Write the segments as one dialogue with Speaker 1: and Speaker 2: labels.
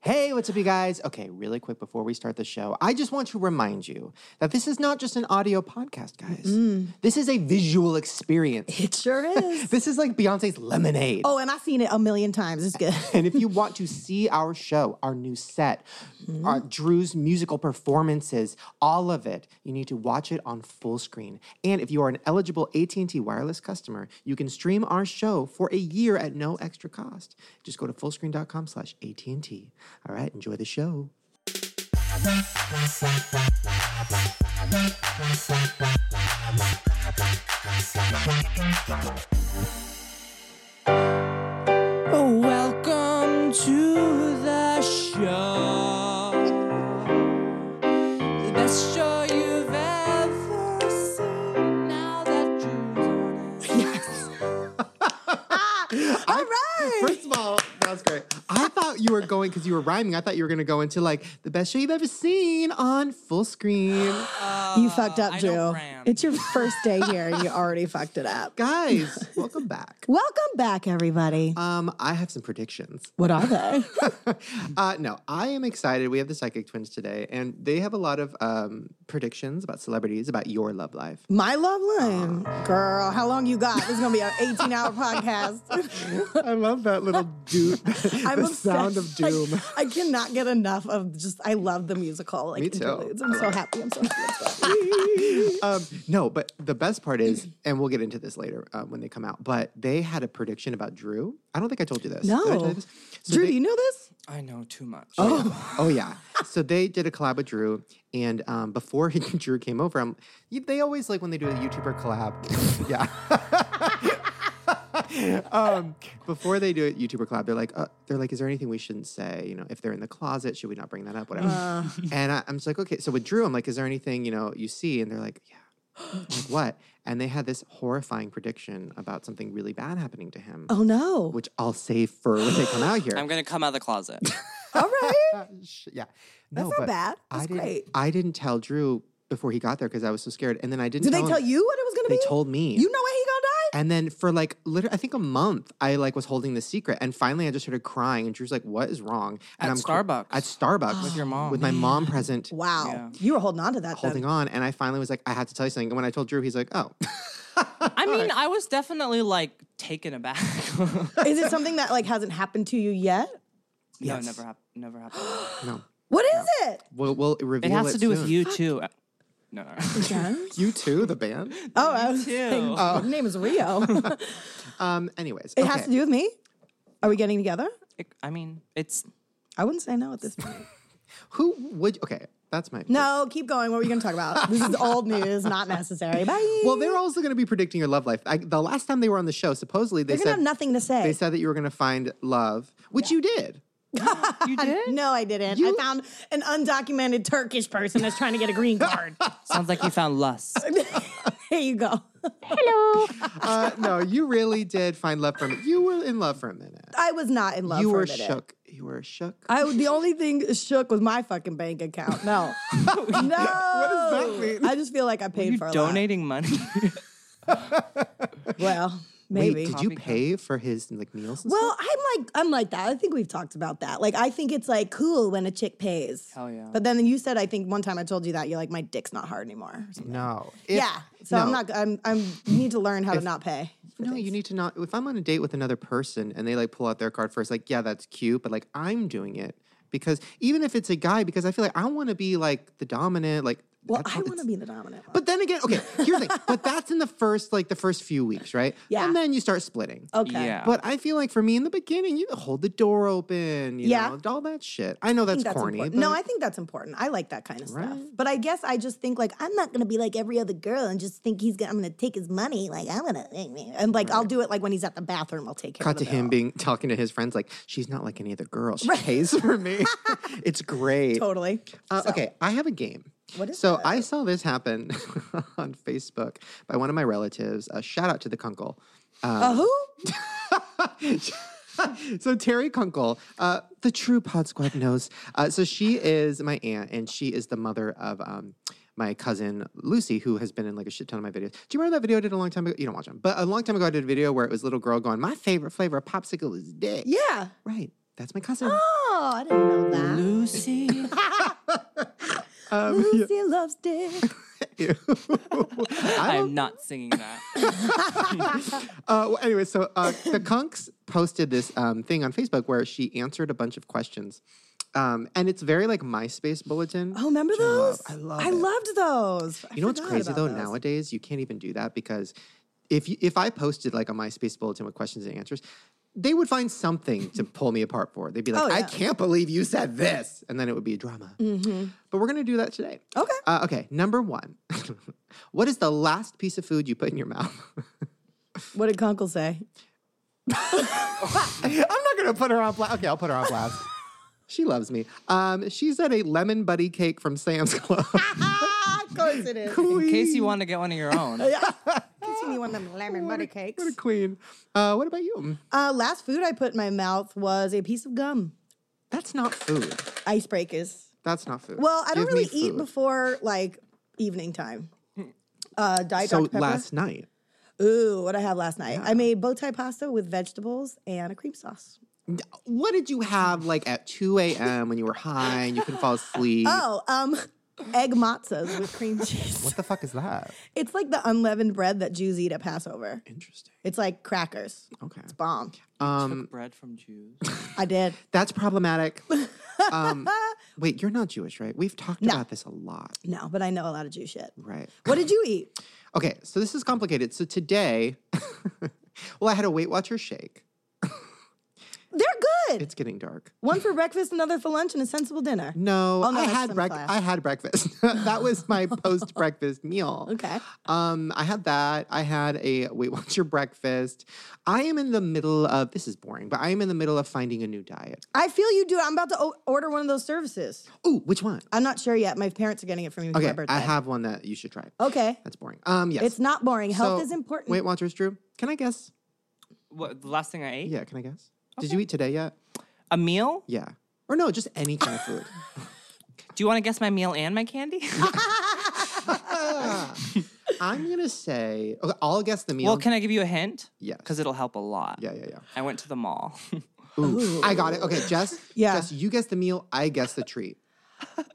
Speaker 1: Hey, what's up, you guys? Okay, really quick before we start the show, I just want to remind you that this is not just an audio podcast, guys. This is a visual experience.
Speaker 2: It sure is.
Speaker 1: This is like Beyonce's Lemonade.
Speaker 2: oh, and I've seen it a million times. It's good.
Speaker 1: And if you want to see our show, our new set, our Drew's musical performances, all of it, you need to watch it on full screen. And if you are an eligible AT&T wireless customer, you can stream our show for a year at no extra cost. Just go to fullscreen.com slash AT&T. All right, enjoy the show.
Speaker 3: Welcome to the show. The best show you've ever seen. Now that Drew's on it.
Speaker 1: All right. First of all, that was great. I thought you were going because you were rhyming. I thought you were going to go into like the best show you've ever seen on full screen.
Speaker 2: you fucked
Speaker 1: Oh,
Speaker 2: up,
Speaker 3: I
Speaker 2: Drew.
Speaker 3: don't rant.
Speaker 2: It's your first day here and you already fucked it up.
Speaker 1: Guys, welcome back.
Speaker 2: Welcome back, everybody.
Speaker 1: Um, I have some predictions.
Speaker 2: what are they?
Speaker 1: uh, no, I am excited. We have the Psychic Twins today, and they have a lot of um, predictions about celebrities, about your love life.
Speaker 2: My love line. Girl, how long you got? This is going to be an 18 hour podcast.
Speaker 1: I love that little doom,
Speaker 2: I'm
Speaker 1: the
Speaker 2: obsessed.
Speaker 1: sound of
Speaker 2: Like,
Speaker 1: doom.
Speaker 2: I cannot get enough of just, I love the musical. Like,
Speaker 1: Me too.
Speaker 2: interludes. I'm
Speaker 1: I
Speaker 2: so
Speaker 1: love it.
Speaker 2: happy. I'm so happy. I'm so happy.
Speaker 1: um, no, but the best part is, and we'll get into this later uh, when they come out. But they had a prediction about Drew. I don't think I told you this. Did I tell
Speaker 2: No.
Speaker 1: you this? So
Speaker 2: Drew,
Speaker 1: they-
Speaker 2: do you know this?
Speaker 3: I know too much.
Speaker 1: Oh yeah. So they did a collab with Drew, and um, before Drew came over, I'm, you- they always like when they do a YouTuber collab. yeah. um, before they do a YouTuber collab, they're like, uh, they're like, is there anything we shouldn't say? You know, if they're in the closet, should we not bring that up? Whatever. And I, I'm just like, okay. So with Drew, I'm like, is there anything you know you see? And they're like, yeah. I'm like, what? And they had this horrifying prediction about something really bad happening to him,
Speaker 2: Oh, no.
Speaker 1: which I'll save for when they come out here.
Speaker 3: I'm gonna come out of the closet.
Speaker 2: All right.
Speaker 1: Uh, sh- yeah.
Speaker 2: That's
Speaker 1: No,
Speaker 2: not
Speaker 1: but
Speaker 2: bad.
Speaker 1: I
Speaker 2: That's
Speaker 1: didn't,
Speaker 2: great.
Speaker 1: I didn't tell Drew before he got there because I was so scared. And then I didn't
Speaker 2: Did
Speaker 1: tell
Speaker 2: they tell
Speaker 1: him-
Speaker 2: you what it was going to
Speaker 1: They
Speaker 2: be?
Speaker 1: told me.
Speaker 2: You know what he gonna die?
Speaker 1: and then for like literally I think a month I like was holding the secret and finally I just started crying and Drew's like what is wrong?
Speaker 3: At
Speaker 1: And I'm cr-
Speaker 3: Starbucks.
Speaker 1: At Starbucks
Speaker 3: With your mom.
Speaker 1: With my mom present.
Speaker 2: Wow.
Speaker 3: Yeah.
Speaker 2: You were holding on to that
Speaker 1: Holding
Speaker 2: then.
Speaker 1: on and I finally was like I had to tell you something and when I told Drew he's like oh
Speaker 3: I mean, I was definitely like taken aback.
Speaker 2: Is it something that like hasn't happened to you yet?
Speaker 3: No,
Speaker 1: Yes.
Speaker 3: never happened. Never happened.
Speaker 1: no
Speaker 2: What is it?
Speaker 1: we'll, we'll
Speaker 3: It
Speaker 1: reveal
Speaker 3: has to do with
Speaker 1: soon.
Speaker 3: you too. Uh, No, no. no.
Speaker 1: you too the band
Speaker 2: Oh, I was
Speaker 3: too.
Speaker 2: saying,
Speaker 1: Oh.
Speaker 2: your name is Rio. it
Speaker 1: um anyways okay.
Speaker 2: has to do with me. Are we getting together?
Speaker 3: It- I mean, it's
Speaker 2: I wouldn't say no at this point.
Speaker 1: who would okay that's my
Speaker 2: No, keep going. What are we going to talk about? This is old news, not necessary. Bye.
Speaker 1: Well, they're also going to be predicting your love life. I, the last time they were on the show, supposedly they
Speaker 2: You're going to have
Speaker 1: said
Speaker 2: nothing to say.
Speaker 1: they said that you were going to find love, which you did.
Speaker 3: you did.
Speaker 2: no, I didn't.
Speaker 1: You-
Speaker 2: I found an undocumented Turkish person that's trying to get a green card.
Speaker 3: Sounds like you found lust.
Speaker 2: Here you go.
Speaker 1: Uh, no, you really did find love for a minute. You were in love for a minute.
Speaker 2: I was not in love.
Speaker 1: you
Speaker 2: for
Speaker 1: were
Speaker 2: a minute.
Speaker 1: shook. You were shook.
Speaker 2: I the only thing shook was my fucking bank account. No, no. What
Speaker 1: that
Speaker 2: does
Speaker 1: mean?
Speaker 2: I just feel like I paid
Speaker 3: You
Speaker 2: for a
Speaker 3: donating money?
Speaker 2: Lot. Well,
Speaker 1: Wait,
Speaker 2: maybe.
Speaker 1: did you pay for his like meals? And
Speaker 2: well, I'm like I'm like that. I think we've talked about that. Like I think it's like cool when a chick pays.
Speaker 3: Hell yeah.
Speaker 2: But then you said I think one time I told you that you're like my dick's not hard anymore. or something.
Speaker 1: stuff? no. If-
Speaker 2: yeah. So I'm
Speaker 1: no.
Speaker 2: not. I'm. I'm. Need to learn how to not pay. for
Speaker 1: No,
Speaker 2: things.
Speaker 1: you need to not. If I'm on a date with another person and they like pull out their card first, like, yeah, that's cute, but like, I'm doing it because even if it's a guy, because I feel like I want to be like the dominant, like,
Speaker 2: Well,
Speaker 1: that's
Speaker 2: I
Speaker 1: what-
Speaker 2: want to be the dominant. one.
Speaker 1: But then again, okay, here's the thing. But that's in the first like the first few weeks, right?
Speaker 2: Yeah. Oh,
Speaker 1: And then you start splitting.
Speaker 2: okay.
Speaker 3: Yeah.
Speaker 1: But I feel like for me in the beginning, you hold the door open, you
Speaker 2: Yeah.
Speaker 1: know, all that shit. I know
Speaker 2: I
Speaker 1: that's,
Speaker 2: think that's
Speaker 1: corny.
Speaker 2: important.
Speaker 1: But
Speaker 2: No, I think that's important. I like that kind of stuff.
Speaker 1: Right.
Speaker 2: But I guess I just think like I'm not gonna be like every other girl and just think he's gonna I'm gonna take his money. Like I'm gonna and like I'll do it like when he's at the bathroom. I'll take care
Speaker 1: cut
Speaker 2: of
Speaker 1: to
Speaker 2: the
Speaker 1: him
Speaker 2: bill.
Speaker 1: being talking to his friends like she's not like any other girl. She pays for me. it's great.
Speaker 2: totally.
Speaker 1: Uh, Okay, I have a game.
Speaker 2: What is
Speaker 1: so I saw this happen on Facebook by one of my relatives. A shout out to the Kunkel.
Speaker 2: Uh, who?
Speaker 1: so Terry Kunkel, uh, the true Pod Squad knows. Uh, so she is my aunt, and she is the mother of um, my cousin Lucy, who has been in like a shit ton of my videos. Do you remember that video I did a long time ago? You don't watch them, but a long time ago I did a video where it was a little girl going, "My favorite flavor of popsicle is dick."
Speaker 2: Yeah. Ah.
Speaker 1: right. That's my cousin.
Speaker 2: Oh, I didn't know that.
Speaker 3: Lucy.
Speaker 2: Lucy loves dick.
Speaker 1: I
Speaker 3: I'm
Speaker 1: don't,
Speaker 3: not singing that.
Speaker 1: uh, well, anyway, so uh, the Kunks posted this um, thing on Facebook where she answered a bunch of questions. Um, and it's very like MySpace bulletin.
Speaker 2: Oh, remember
Speaker 1: I love-
Speaker 2: those?
Speaker 1: I love
Speaker 2: I
Speaker 1: it.
Speaker 2: loved those. I
Speaker 1: You know what's
Speaker 2: forgot
Speaker 1: crazy
Speaker 2: about
Speaker 1: though?
Speaker 2: those.
Speaker 1: Nowadays, you can't even do that because if you, if I posted like a MySpace bulletin with questions and answers, they would find something to pull me apart for. They'd be like,
Speaker 2: Oh,
Speaker 1: "I
Speaker 2: yeah. Mm-hmm.
Speaker 1: can't believe you said this," and then it would be a drama. But we're gonna do that today.
Speaker 2: Okay.
Speaker 1: Uh, okay. Number one, what is the last piece of food you put in your mouth?
Speaker 2: What did Conkle say?
Speaker 1: I'm not gonna put her on blast. Okay, I'll put her on blast. she loves me. Um, she said a lemon buddy cake from Sam's Club.
Speaker 2: Ah, of course it is.
Speaker 3: In case you want to get one of your own.
Speaker 2: me one of them lemon butter cakes.
Speaker 1: What a queen. Uh, what about you?
Speaker 2: Uh, last food I put in my mouth was a piece of gum.
Speaker 1: That's not food.
Speaker 2: Icebreakers.
Speaker 1: That's not food.
Speaker 2: Well, I don't
Speaker 1: Give me
Speaker 2: really eat
Speaker 1: food.
Speaker 2: before like evening time. Uh, Diet
Speaker 1: So
Speaker 2: Dr. Pepper.
Speaker 1: last night,
Speaker 2: Ooh, what I have last night. I made bow tie pasta with vegetables and a cream sauce.
Speaker 1: what did you have like at 2 a.m. when you were high and you couldn't fall asleep?
Speaker 2: Oh, um, egg matzos with cream cheese.
Speaker 1: What the fuck is that?
Speaker 2: It's like the unleavened bread that Jews eat at Passover.
Speaker 1: Interesting.
Speaker 2: It's like crackers.
Speaker 1: Okay.
Speaker 2: Bomb.
Speaker 1: Um,
Speaker 3: Bread from Jews.
Speaker 2: I did. Ah,
Speaker 1: that's problematic. Um, wait, you're not Jewish, right? We've talked about this a lot,
Speaker 2: No, but I know a lot of Jew shit.
Speaker 1: right?
Speaker 2: What did you eat?
Speaker 1: Okay, so this is complicated. So today, well, I had a Weight Watcher shake.
Speaker 2: They're good.
Speaker 1: It's getting dark.
Speaker 2: One for breakfast, another for lunch, and a sensible dinner.
Speaker 1: No,
Speaker 2: Oh, no,
Speaker 1: I
Speaker 2: that's
Speaker 1: had
Speaker 2: from
Speaker 1: breakfast.
Speaker 2: class.
Speaker 1: I had breakfast. that was my post-breakfast meal.
Speaker 2: Okay.
Speaker 1: Um, I had that. I had a Weight Watcher breakfast. I am in the middle of this is boring, but I am in the middle of finding a new diet.
Speaker 2: I feel you do. I'm about to o- order one of those services.
Speaker 1: Ooh, which one?
Speaker 2: I'm not sure yet. My parents are getting it for me for my
Speaker 1: Okay,
Speaker 2: birthday.
Speaker 1: I have one that you should try.
Speaker 2: okay.
Speaker 1: That's boring. Um, yes.
Speaker 2: It's not boring. Health
Speaker 1: So,
Speaker 2: is important.
Speaker 1: Weight Watchers, Drew. Can I guess?
Speaker 3: What, the last thing I ate?
Speaker 1: Yeah, can I guess? Did you eat today yet?
Speaker 3: A meal?
Speaker 1: Yeah. Or no, just any kind of food.
Speaker 3: Do you want to guess my meal and my candy?
Speaker 1: I'm gonna say. Okay, I'll guess the meal.
Speaker 3: well, can I give you a hint?
Speaker 1: Yes.
Speaker 3: Because it'll help a lot.
Speaker 1: yeah, yeah, yeah.
Speaker 3: I went to the mall.
Speaker 1: Ooh, I got it. Okay, Jess.
Speaker 2: Yeah.
Speaker 1: Jess, you guess the meal. I guess the treat.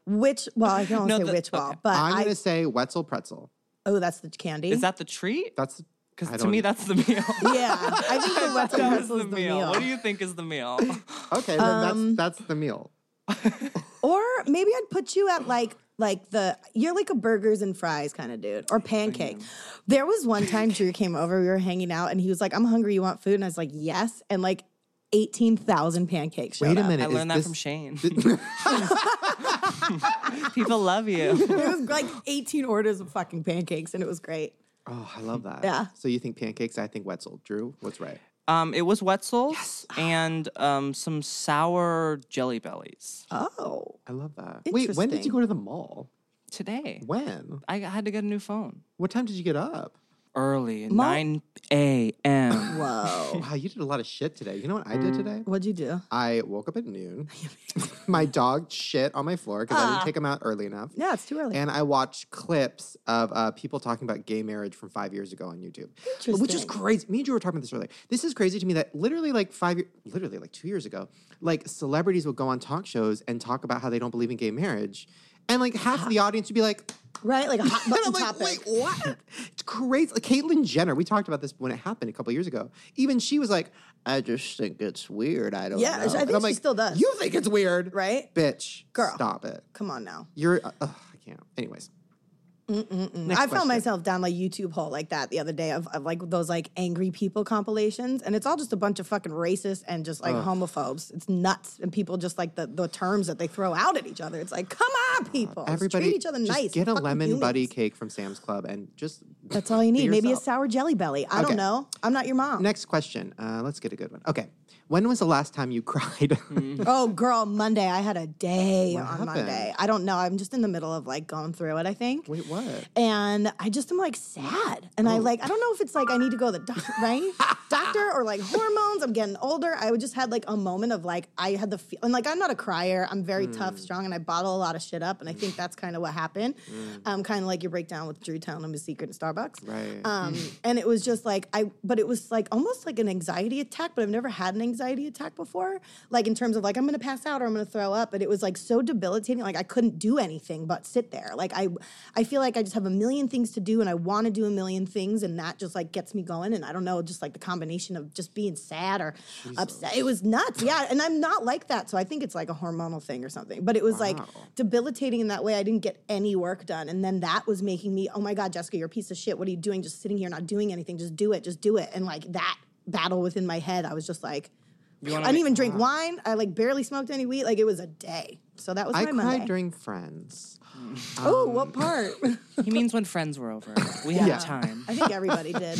Speaker 2: Which, well, I can only
Speaker 3: No,
Speaker 2: say
Speaker 3: the-
Speaker 2: which wall,
Speaker 3: okay.
Speaker 2: but
Speaker 1: I'm
Speaker 2: I,
Speaker 1: gonna say Wetzel pretzel.
Speaker 2: oh, that's the candy.
Speaker 3: Is that the treat?
Speaker 1: That's I
Speaker 3: Because to
Speaker 1: don't-
Speaker 3: me, that's the meal.
Speaker 2: yeah, I think the Wetzel
Speaker 3: That
Speaker 2: pretzel is the meal.
Speaker 3: What do you think is the meal?
Speaker 1: okay. Then
Speaker 3: Um,
Speaker 1: that's that's the meal.
Speaker 2: or maybe I'd put you at like like the you're like a burgers and fries kind of dude or pancake. There was one time Drew came over, we were hanging out, and he was like, "I'm hungry. You want food?" And I was like, "Yes." And like eighteen thousand pancakes. Showed
Speaker 1: Wait a
Speaker 2: up.
Speaker 1: minute.
Speaker 3: I
Speaker 1: is
Speaker 3: learned that
Speaker 1: this-
Speaker 3: from Shane. People love you.
Speaker 2: It was like eighteen orders of fucking pancakes, and it was great.
Speaker 1: Oh, I love that.
Speaker 2: Yeah.
Speaker 1: So you think pancakes? I think Wetzel. Drew, what's right?
Speaker 3: Um, it was Wetzel's and um, some sour jelly bellies
Speaker 2: Oh,
Speaker 1: I love that. Wait, when did you
Speaker 2: Interesting.
Speaker 1: go to the mall?
Speaker 3: today.
Speaker 1: When?
Speaker 3: I had to get a new phone
Speaker 1: What time did you get up?
Speaker 3: early, nine a.m.
Speaker 2: whoa!
Speaker 1: Oh, Wow, you did a lot of shit today. You know what I did today?
Speaker 3: Mm.
Speaker 2: What'd you do?
Speaker 1: I woke up at noon. my dog shit on my floor because
Speaker 3: Ah.
Speaker 1: I didn't take him out early enough.
Speaker 2: Yeah, it's too early.
Speaker 1: And I watched clips of uh, people talking about gay marriage from five years ago on YouTube, which is
Speaker 2: Interesting.
Speaker 1: crazy. Me and you were talking about this earlier. This is crazy to me that literally, like five, year, literally like two years ago, like celebrities would go on talk shows and talk about how they don't believe in gay marriage, and like half of the audience would be like,
Speaker 2: right? Like a Uh-huh. hot
Speaker 1: and
Speaker 2: button
Speaker 1: I'm like,
Speaker 2: topic.
Speaker 1: wait, what? It's crazy. Like Caitlyn Jenner, we talked about this when it happened a couple years ago. Even she was like, I just think it's weird. I don't
Speaker 2: Yeah,
Speaker 1: know.
Speaker 2: I
Speaker 1: And
Speaker 2: think
Speaker 1: I'm
Speaker 2: she
Speaker 1: like,
Speaker 2: still does.
Speaker 1: You think it's weird,
Speaker 2: Right?
Speaker 1: Bitch,
Speaker 2: Girl.
Speaker 1: stop it.
Speaker 2: Come on now.
Speaker 1: You're. Uh, ugh, I can't. Anyways. Next
Speaker 2: I
Speaker 1: question.
Speaker 2: found myself down like YouTube hole like that the other day of, of like those like angry people compilations, and it's all just a bunch of fucking racist and just like homophobes. It's nuts, and people just like the, the terms that they throw out at each other. It's like, come on, people, Let's
Speaker 1: Everybody,
Speaker 2: treat each other
Speaker 1: just
Speaker 2: nice.
Speaker 1: Get a
Speaker 2: Fucking
Speaker 1: lemon
Speaker 2: humans.
Speaker 1: buddy cake from Sam's Club and just.
Speaker 2: That's all you need. Maybe a
Speaker 1: yourself.
Speaker 2: sour jelly belly. I
Speaker 1: Okay.
Speaker 2: don't know. I'm not your mom.
Speaker 1: Next question. Uh, let's get a good one. Okay. When was the last time you cried?
Speaker 2: Oh, girl, Monday. I had a day on
Speaker 1: happened?
Speaker 2: Monday. I don't know. I'm just in the middle of like going through it. I think.
Speaker 1: Wait, what?
Speaker 2: and I just am like sad. And I like, I don't know if it's like I need to go to the doctor, right? doctor or like hormones. I'm getting older. I would just had like a moment of like, I had the feel, and like, I'm not a crier. I'm very tough, strong, and I bottle a lot of shit up. And I think that's kind of what happened. Um, kind of like your breakdown with Drew telling him his secret at Starbucks.
Speaker 1: Right.
Speaker 2: Um, and it was just like, I, but it was like almost like an anxiety attack, but I've never had an anxiety attack before, like in terms of like I'm gonna pass out or I'm gonna throw up, but it was like so debilitating. Like I couldn't do anything but sit there. Like I, I feel like I just have a million things to do and I want to do a million things, and that just like gets me going. And I don't know, just like the combination of just being sad or upset, it was nuts. Yeah, and I'm not like that, so I think it's like a hormonal thing or something. But it was like debilitating in that way. I didn't get any work done, and then that was making me, oh my god, Jessica, you're a piece of shit. What are you doing? Just sitting here not doing anything. Just do it. Just do it. And like that battle within my head, I was just like.
Speaker 4: You
Speaker 2: I
Speaker 4: wanna
Speaker 2: didn't
Speaker 4: make-
Speaker 2: even drink wine. I like barely smoked any weed. Like it was a day. So that was
Speaker 1: I
Speaker 2: my
Speaker 1: cried
Speaker 2: Monday.
Speaker 1: during Friends.
Speaker 2: oh, what part?
Speaker 4: He means when friends were over. We had
Speaker 1: Yeah.
Speaker 4: time.
Speaker 2: I think everybody did.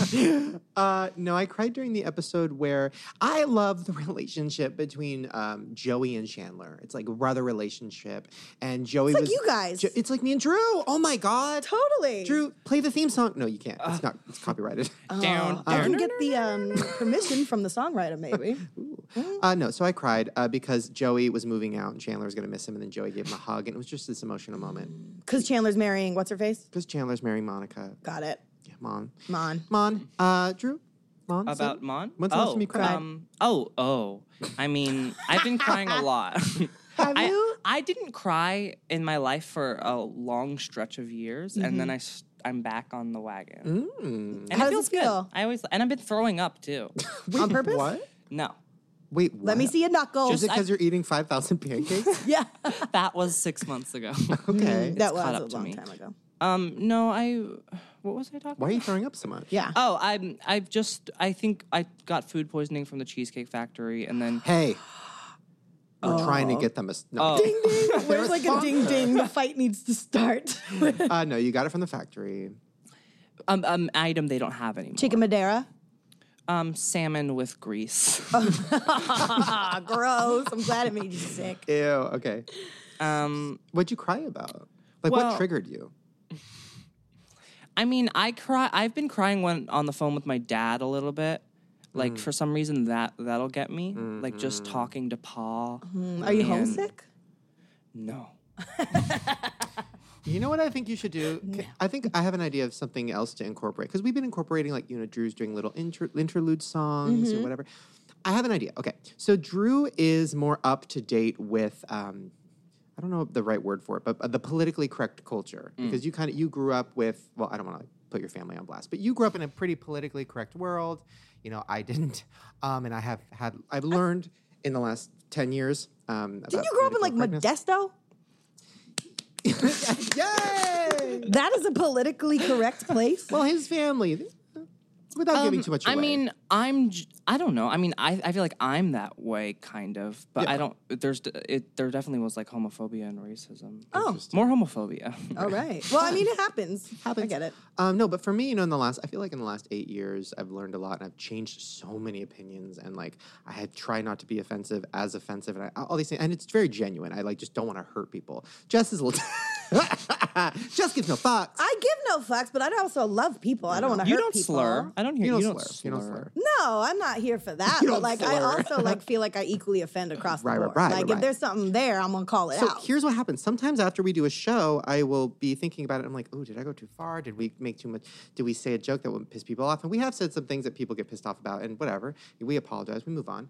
Speaker 1: Uh, no, I cried during the episode where I love the relationship between um, Joey and Chandler. It's like a brother relationship, and Joey
Speaker 2: like
Speaker 1: was
Speaker 2: you guys.
Speaker 1: Jo- it's like me and Drew. Oh my god,
Speaker 2: Totally.
Speaker 1: Drew, play the theme song. No, you can't. It's not. It's copyrighted.
Speaker 4: Down,
Speaker 2: I
Speaker 4: down.
Speaker 2: can get the um, permission from the songwriter, maybe.
Speaker 1: Uh, no, so I cried uh, because Joey was moving out, and Chandler was going to miss him, and then Joey gave him a hug, and it was just this emotional moment
Speaker 2: Because Chandler's marrying what's her face?
Speaker 1: because Chandler's marrying Monica.
Speaker 2: Got it.
Speaker 1: Yeah, Mon,
Speaker 2: Mon.
Speaker 1: Mon, uh, Drew, Mon. so-
Speaker 4: About Mon?
Speaker 1: When's the
Speaker 4: oh,
Speaker 1: last time you cried?
Speaker 4: Um, oh, oh. I mean, I've been crying a lot.
Speaker 2: Have
Speaker 4: I,
Speaker 2: you?
Speaker 4: I didn't cry in my life for a long stretch of years, and then I s- I'm back on the wagon.
Speaker 1: Mm-hmm. Mm.
Speaker 4: And
Speaker 2: How does
Speaker 4: it feels
Speaker 2: it
Speaker 4: good.
Speaker 2: feel?
Speaker 4: I always and I've been throwing up too.
Speaker 2: On purpose?
Speaker 1: What?
Speaker 4: no,
Speaker 1: Wait,
Speaker 2: Let me
Speaker 1: what?
Speaker 2: see your knuckles.
Speaker 1: Is it
Speaker 4: I-
Speaker 1: because you're eating five thousand pancakes?
Speaker 2: yeah.
Speaker 4: that was six months ago.
Speaker 2: Hmm.
Speaker 1: Okay.
Speaker 2: that
Speaker 4: caught
Speaker 2: was
Speaker 4: up
Speaker 2: a
Speaker 4: to
Speaker 2: long
Speaker 4: me.
Speaker 2: time ago.
Speaker 4: um, no, I. What was I talking?
Speaker 1: Why are you
Speaker 4: about?
Speaker 1: throwing up so much?
Speaker 2: Yeah.
Speaker 4: Oh, I'm. I've just. I think I got food poisoning from the Cheesecake Factory, and then
Speaker 1: Hey, we're trying to get them a s- no.
Speaker 4: Oh.
Speaker 1: Ding ding.
Speaker 2: Where's Oh. like a ding ding? The fight needs to start.
Speaker 1: Uh, no, you got it from the factory.
Speaker 4: um, um, item they don't have anymore.
Speaker 2: Chicken Madeira.
Speaker 4: Um, salmon with grease.
Speaker 2: Ah, gross. I'm glad it made you sick.
Speaker 1: Ew. Okay.
Speaker 4: um,
Speaker 1: What'd you cry about? Like, what
Speaker 4: Well-
Speaker 1: triggered you?
Speaker 4: I mean, I cry. I've been crying when on the phone with my dad a little bit. Like
Speaker 1: Mm.
Speaker 4: for some reason that that'll get me. Like just
Speaker 1: Mm-hmm.
Speaker 4: talking to Pa.
Speaker 2: Are you
Speaker 4: And-
Speaker 2: homesick?
Speaker 4: No.
Speaker 1: You know what I think you should do? K- I think I have an idea of something else to incorporate because we've been incorporating like you know Drew's doing little inter- interlude songs
Speaker 2: Mm-hmm.
Speaker 1: or whatever. I have an idea. Okay, so Drew is more up to date with. Um, I don't know the right word for it, but uh, the politically correct culture because you kind of you grew up with. Well, I don't want to put your family on blast, but you grew up in a pretty politically correct world. You know, I didn't, um, and I have had. I've learned in the last ten years. Um,
Speaker 2: Didn't you grow up in like Modesto?
Speaker 1: Yay!
Speaker 2: That is a politically correct place.
Speaker 1: Well, his family, without giving too much away.
Speaker 4: Um, I mean, I'm. j- I don't know. I mean, I, I feel like I'm that way kind of, but I don't. There's d- it. There definitely was like homophobia and racism.
Speaker 2: Oh.
Speaker 4: more homophobia.
Speaker 2: All right. Well, I mean, it happens. I
Speaker 1: Happens.
Speaker 2: get it.
Speaker 1: um, no, but for me, you know, in the last, I feel like in the last eight years, I've learned a lot and I've changed so many opinions. And like, I had try not to be offensive, as offensive, and I, all these things. And it's very genuine. I like just don't want to hurt people. Jess is a little. Jess gives no fucks.
Speaker 2: I give no fucks, but I also love people. I don't want to hurt
Speaker 4: you don't
Speaker 2: people.
Speaker 4: slur. I don't hear
Speaker 1: you don't,
Speaker 4: you
Speaker 1: slur. You don't slur.
Speaker 2: No, I'm not here for that.
Speaker 1: You
Speaker 2: but
Speaker 1: don't
Speaker 2: like, I
Speaker 1: slur.
Speaker 2: also like feel like I equally offend across
Speaker 1: Right,
Speaker 2: the
Speaker 1: right,
Speaker 2: board.
Speaker 1: right,
Speaker 2: like,
Speaker 1: right,
Speaker 2: if
Speaker 1: right.
Speaker 2: there's something there, I'm gonna call it
Speaker 1: So
Speaker 2: out.
Speaker 1: here's what happens. Sometimes after we do a show, I will be thinking about it. I'm like, oh, did I go too far? Did we make too much? Did we say a joke that would piss people off? And we have said some things that people get pissed off about, and whatever. We apologize. We move on.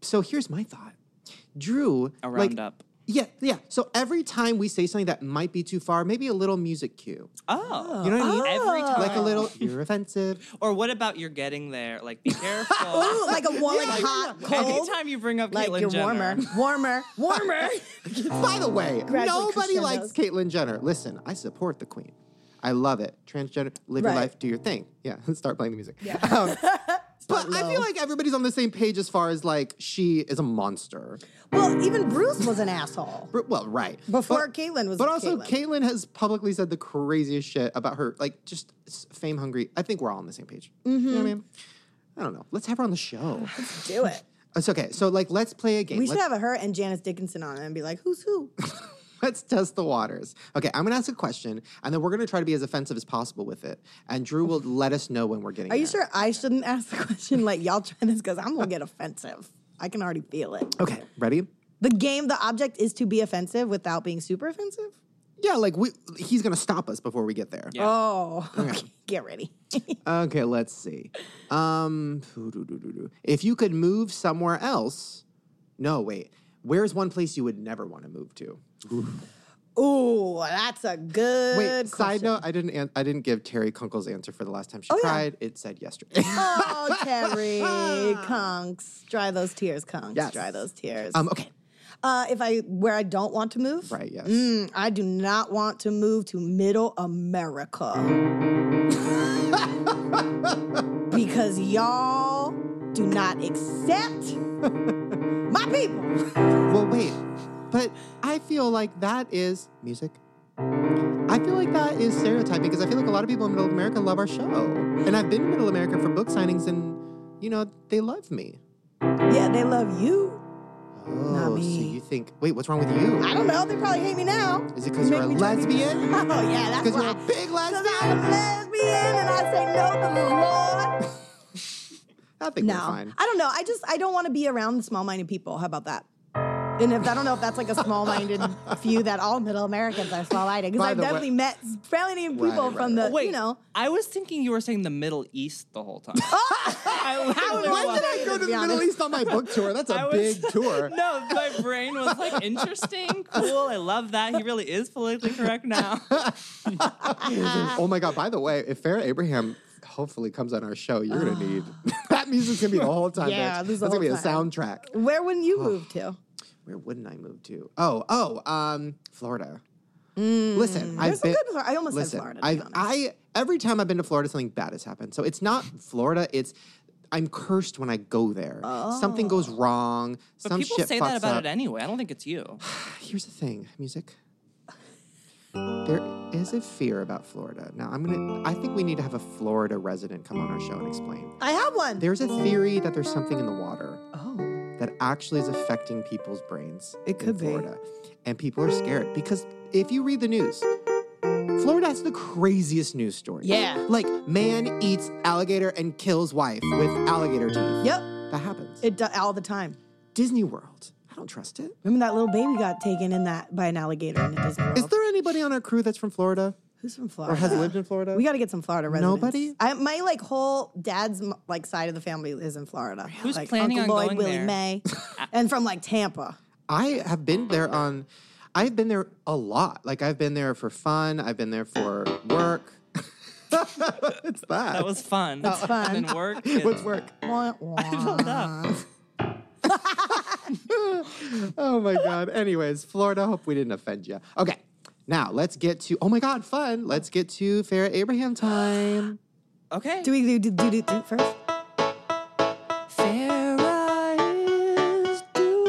Speaker 1: So here's my thought, Drew.
Speaker 4: A
Speaker 1: like-
Speaker 4: roundup.
Speaker 1: Yeah, yeah. So every time we say something that might be too far, maybe a little music cue,
Speaker 4: Oh,
Speaker 1: You know what I mean?
Speaker 4: Every time.
Speaker 1: like a little "you're offensive."
Speaker 4: Or what about you're getting there? Like, be
Speaker 2: Ooh,
Speaker 4: careful.
Speaker 2: like a warm, like hot, cold.
Speaker 4: Anytime you bring up
Speaker 2: Like
Speaker 4: Caitlyn
Speaker 2: you're
Speaker 4: Jenner,
Speaker 2: warmer, warmer, warmer.
Speaker 1: By
Speaker 2: Um,
Speaker 1: the way,
Speaker 2: Gradually
Speaker 1: nobody likes
Speaker 2: crescendos.
Speaker 1: Caitlyn Jenner. Listen, I support the queen. I love it. Transgender, live
Speaker 2: Right.
Speaker 1: your life, do your thing. Yeah, start playing the music. Um, but I feel like everybody's on the same page as far as like she is a monster.
Speaker 2: well, even Bruce was an asshole.
Speaker 1: Br- Well, right.
Speaker 2: Before
Speaker 1: but,
Speaker 2: Caitlyn was
Speaker 1: But also,
Speaker 2: Caitlyn.
Speaker 1: Caitlyn has publicly said the craziest shit about her, like just fame hungry. I think we're all on the same page. You know
Speaker 2: Mm-hmm.
Speaker 1: what I mean? I don't know. Let's have her on the show.
Speaker 2: Do it.
Speaker 1: It's okay. So like, let's play a game.
Speaker 2: We
Speaker 1: Let's,
Speaker 2: should have a her and Janice Dickinson on it and be like, who's who?
Speaker 1: let's test the waters. Okay, I'm gonna ask a question, and then we're gonna try to be as offensive as possible with it. And Drew will let us know when we're getting.
Speaker 2: Are you
Speaker 1: there.
Speaker 2: sure I shouldn't ask the question? Like y'all trying this because I'm gonna get offensive. I can already feel it.
Speaker 1: Okay, ready?
Speaker 2: The game, the object is to be offensive without being super offensive.
Speaker 1: Yeah, like we he's gonna stop us before we get there.
Speaker 4: Yeah.
Speaker 2: Oh, okay. Get ready.
Speaker 1: Okay, let's see. Um if you could move somewhere else. No, wait. Where's one place you would never want to move to?
Speaker 2: Ooh, that's a good
Speaker 1: Wait,
Speaker 2: question.
Speaker 1: side note, I didn't an- I didn't give Terry Kunkel's answer for the last time she cried. It said yesterday.
Speaker 2: Oh, Terry, Conks, dry those tears, Conks,
Speaker 1: Yes.
Speaker 2: dry those tears.
Speaker 1: um, okay.
Speaker 2: uh, if I where I don't want to move,
Speaker 1: Right, yes.
Speaker 2: Mm, I do not want to move to Middle America because y'all do not accept my people.
Speaker 1: Well, wait, but I feel like that is music. I feel like that is stereotyping because I feel like a lot of people in Middle America love our show, and I've been to Middle America for book signings, and you know they love me.
Speaker 2: Yeah, they love you.
Speaker 1: Oh, so
Speaker 2: me.
Speaker 1: you think? Wait, what's wrong with you?
Speaker 2: I don't know. They probably hate me now.
Speaker 1: Is it because you're a
Speaker 2: Make me try to be-
Speaker 1: lesbian?
Speaker 2: Oh yeah, that's
Speaker 1: Because you're a
Speaker 2: why.
Speaker 1: big
Speaker 2: Because I'm a
Speaker 1: lesbian?
Speaker 2: lesbian and I say no to the Lord.
Speaker 1: I think
Speaker 2: No,
Speaker 1: we're fine.
Speaker 2: I don't know. I just I don't want to be around small-minded people. How about that? And if I don't know if that's like a small-minded few that all Middle Americans are small-minded because
Speaker 1: By
Speaker 2: I've
Speaker 1: the way-
Speaker 2: definitely met fairly many people
Speaker 1: Right, right, Oh,
Speaker 2: from the
Speaker 4: Wait,
Speaker 2: you know.
Speaker 4: I was thinking you were saying the Middle East the whole time. I literally
Speaker 1: Why
Speaker 4: was-
Speaker 1: did I go to
Speaker 2: to be
Speaker 1: the Middle
Speaker 2: honest.
Speaker 1: East on my book tour? That's
Speaker 4: I
Speaker 1: a
Speaker 4: was-
Speaker 1: big tour.
Speaker 4: No, my brain was like, interesting, cool. I love that. He really is politically correct now.
Speaker 1: oh my god! By the way, if Farrah Abraham hopefully comes on our show, you're gonna need that music's gonna be the whole time.
Speaker 2: Ah. Yeah,
Speaker 1: bitch.
Speaker 2: this is the
Speaker 1: that's gonna be
Speaker 2: whole
Speaker 1: a
Speaker 2: time.
Speaker 1: soundtrack.
Speaker 2: Where wouldn't you move to?
Speaker 1: Where wouldn't I move to? Oh, oh, um, Florida. listen,
Speaker 2: Mm, There's
Speaker 1: I've
Speaker 2: some
Speaker 1: been.
Speaker 2: good. Flor- I almost
Speaker 1: listen,
Speaker 2: said Florida. To be
Speaker 1: I,
Speaker 2: honest.
Speaker 1: I every time I've been to Florida, something bad has happened. So it's not Florida. It's I'm cursed when I go there. Something goes
Speaker 2: Oh.
Speaker 1: wrong.
Speaker 4: But
Speaker 1: some
Speaker 4: people
Speaker 1: shit
Speaker 4: say
Speaker 1: fucks
Speaker 4: that about
Speaker 1: up.
Speaker 4: it anyway. I don't think it's you.
Speaker 1: Here's the thing, music. There is a fear about Florida. Now I'm gonna. I think we need to have a Florida resident come on our show and explain.
Speaker 2: I have one.
Speaker 1: There's a theory that there's something in the water
Speaker 2: oh,
Speaker 1: that actually is affecting people's brains.
Speaker 2: It could
Speaker 1: in
Speaker 2: be.
Speaker 1: Florida. And people are scared because if you read the news, Florida has the craziest news stories.
Speaker 2: Yeah.
Speaker 1: Like man eats alligator and kills wife with alligator teeth.
Speaker 2: yep.
Speaker 1: That happens.
Speaker 2: It do- all the time.
Speaker 1: Disney World. I don't trust it.
Speaker 2: Remember that little baby got taken in that by an alligator in the Disney World.
Speaker 1: Is there anybody on our crew that's from Florida
Speaker 2: Who's from Florida?
Speaker 1: or has lived in Florida?
Speaker 2: we got to get some Florida residents.
Speaker 1: Nobody?
Speaker 2: I, my like whole dad's m- like side of the family is in Florida.
Speaker 4: Who's
Speaker 2: like,
Speaker 4: planning
Speaker 2: Uncle
Speaker 4: on
Speaker 2: Lloyd,
Speaker 4: going
Speaker 2: Willie
Speaker 4: there?
Speaker 2: May, and from like Tampa.
Speaker 1: I have been there on I've been there a lot. Like I've been there for fun, I've been there for work. it's that.
Speaker 4: That was fun. That's
Speaker 2: fun.
Speaker 4: And work.
Speaker 1: What's work?
Speaker 2: Wah, wah.
Speaker 1: Oh my God. Anyways, Florida, hope we didn't offend you. Okay, now let's get to, oh my God, fun. Let's get to Farrah Abraham time.
Speaker 4: Okay.
Speaker 2: Do we do do do do, do first?
Speaker 3: Farrah is doing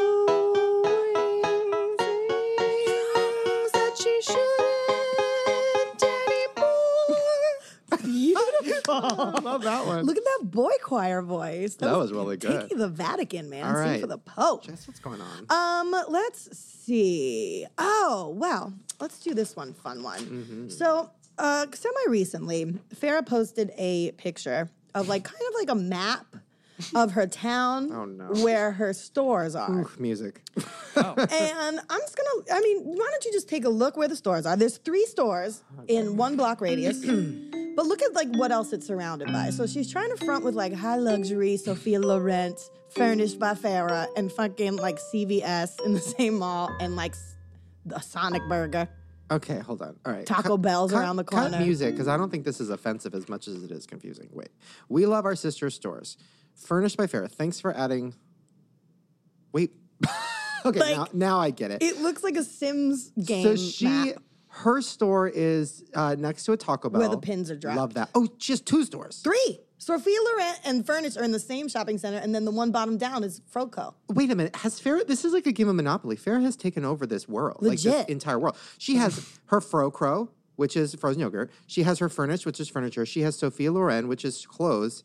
Speaker 3: things that she shouldn't anymore.
Speaker 1: I
Speaker 2: Beautiful.
Speaker 1: love that one.
Speaker 2: Look at that boy choir voice.
Speaker 1: That was really good.
Speaker 2: Taking the Vatican, man.
Speaker 1: All
Speaker 2: Sing
Speaker 1: right.
Speaker 2: for the Pope.
Speaker 1: Jess, what's going on?
Speaker 2: Um, let's see. Oh, wow. Let's do this one fun one.
Speaker 1: Mm-hmm.
Speaker 2: So, uh, semi recently, Farah posted a picture of like kind of like a map of her town
Speaker 1: Oh, no.
Speaker 2: where her stores are.
Speaker 1: Oof, music.
Speaker 2: and I'm just gonna. I mean, why don't you just take a look where the stores are? There's three stores in one block radius. But look at like what else it's surrounded by. So she's trying to front with like high luxury, Sophia Loren, furnished by Farah, and fucking like CVS in the same mall, and like s- the Sonic Burger,
Speaker 1: Okay, hold on. All right.
Speaker 2: Taco Bell's around the corner.
Speaker 1: Cut music, because I don't think this is offensive as much as it is confusing. Wait. We love our sister stores. Furnished by Farrah. Thanks for adding. Wait. okay,
Speaker 2: Like,
Speaker 1: now, now I get
Speaker 2: It looks like a Sims game.
Speaker 1: So she,
Speaker 2: map.
Speaker 1: her store is uh, next to a Taco Bell.
Speaker 2: Where the pins are dropped.
Speaker 1: Love that. Oh, just two stores.
Speaker 2: three. Sophia Loren and Furnished are in the same shopping center, and then the one bottom down is Froco.
Speaker 1: Wait a minute. Has Farrah? This is like a game of Monopoly. Farrah has taken over this world, like
Speaker 2: Legit.
Speaker 1: this entire world. She has her Fro Crow, which is frozen yogurt. She has her Furnished, which is furniture. She has Sophia Loren, which is clothes.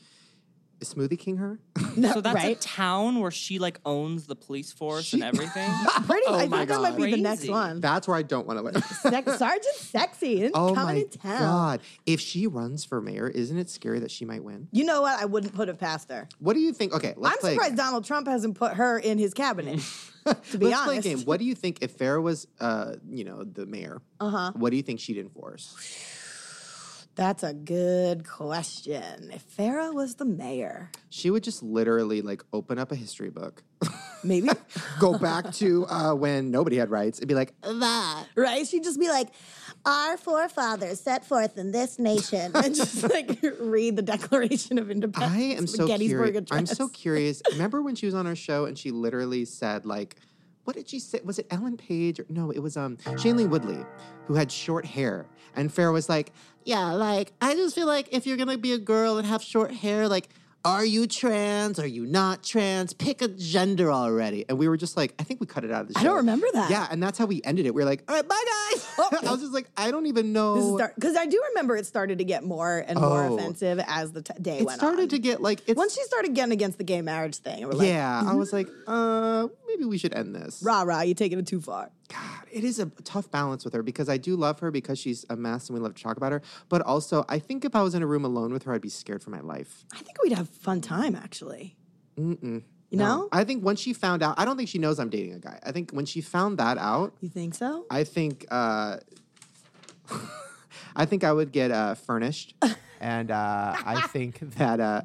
Speaker 1: Is Smoothie King her?
Speaker 4: So that's a
Speaker 2: Right?
Speaker 4: town where she like owns the police force and everything.
Speaker 2: Pretty. I
Speaker 1: Oh my
Speaker 2: think that might be the next
Speaker 4: Crazy.
Speaker 2: one.
Speaker 1: That's where I don't want to live.
Speaker 2: Sex, Sergeant Sexy and
Speaker 1: oh
Speaker 2: coming
Speaker 1: my
Speaker 2: to town.
Speaker 1: god! If she runs for mayor, isn't it scary that she might win?
Speaker 2: You know what? I wouldn't put it past her.
Speaker 1: What do you think? Okay, let's
Speaker 2: I'm
Speaker 1: play. a
Speaker 2: surprised
Speaker 1: game.
Speaker 2: Donald Trump hasn't put her in his cabinet. to be
Speaker 1: Let's play a
Speaker 2: honest.
Speaker 1: game. What do you think if Farrah was, uh, you know, the mayor? Uh
Speaker 2: Uh-huh.
Speaker 1: huh. What do you think she'd enforce?
Speaker 2: That's a good question. If Farah was the mayor,
Speaker 1: She would just literally like open up a history book,
Speaker 2: maybe
Speaker 1: go back to uh, when nobody had rights, and be like, that.
Speaker 2: right? She'd just be like, "Our forefathers set forth in this nation," and just like read the Declaration of Independence.
Speaker 1: I am
Speaker 2: the
Speaker 1: so
Speaker 2: Gettysburg
Speaker 1: curious. I'm so
Speaker 2: Address.
Speaker 1: curious. Remember when she was on our show and she literally said like, what did she say? Was it Ellen Page? Or, no, it was um Shailene Woodley, who had short hair. And Farrah was like, yeah, like I just feel like if you're gonna be a girl and have short hair, like. Are you trans? Are you not trans? Pick a gender already. And we were just like, I think we cut it out of the show.
Speaker 2: I don't remember that.
Speaker 1: Yeah, and that's how we ended it. We were like, all right, bye guys. I was just like, I don't even know.
Speaker 2: because I do remember it started to get more and more
Speaker 1: Oh.
Speaker 2: offensive as the t- day
Speaker 1: it
Speaker 2: went
Speaker 1: started
Speaker 2: on.
Speaker 1: to get like it's
Speaker 2: Once she started getting against the gay marriage thing, we're like,
Speaker 1: yeah, I was like, uh, maybe we should end this.
Speaker 2: rah rah, you're taking it too far.
Speaker 1: God, it is a tough balance with her because I do love her because she's a mess and we love to talk about her. But also, I think if I was in a room alone with her, I'd be scared for my life.
Speaker 2: I think we'd have a fun time actually.
Speaker 1: Mm-mm.
Speaker 2: You know?
Speaker 1: I think once she found out, I don't think she knows I'm dating a guy. I think when she found that out,
Speaker 2: you think so?
Speaker 1: I think, uh, I think I would get uh, furnished, and uh, I think that. Uh,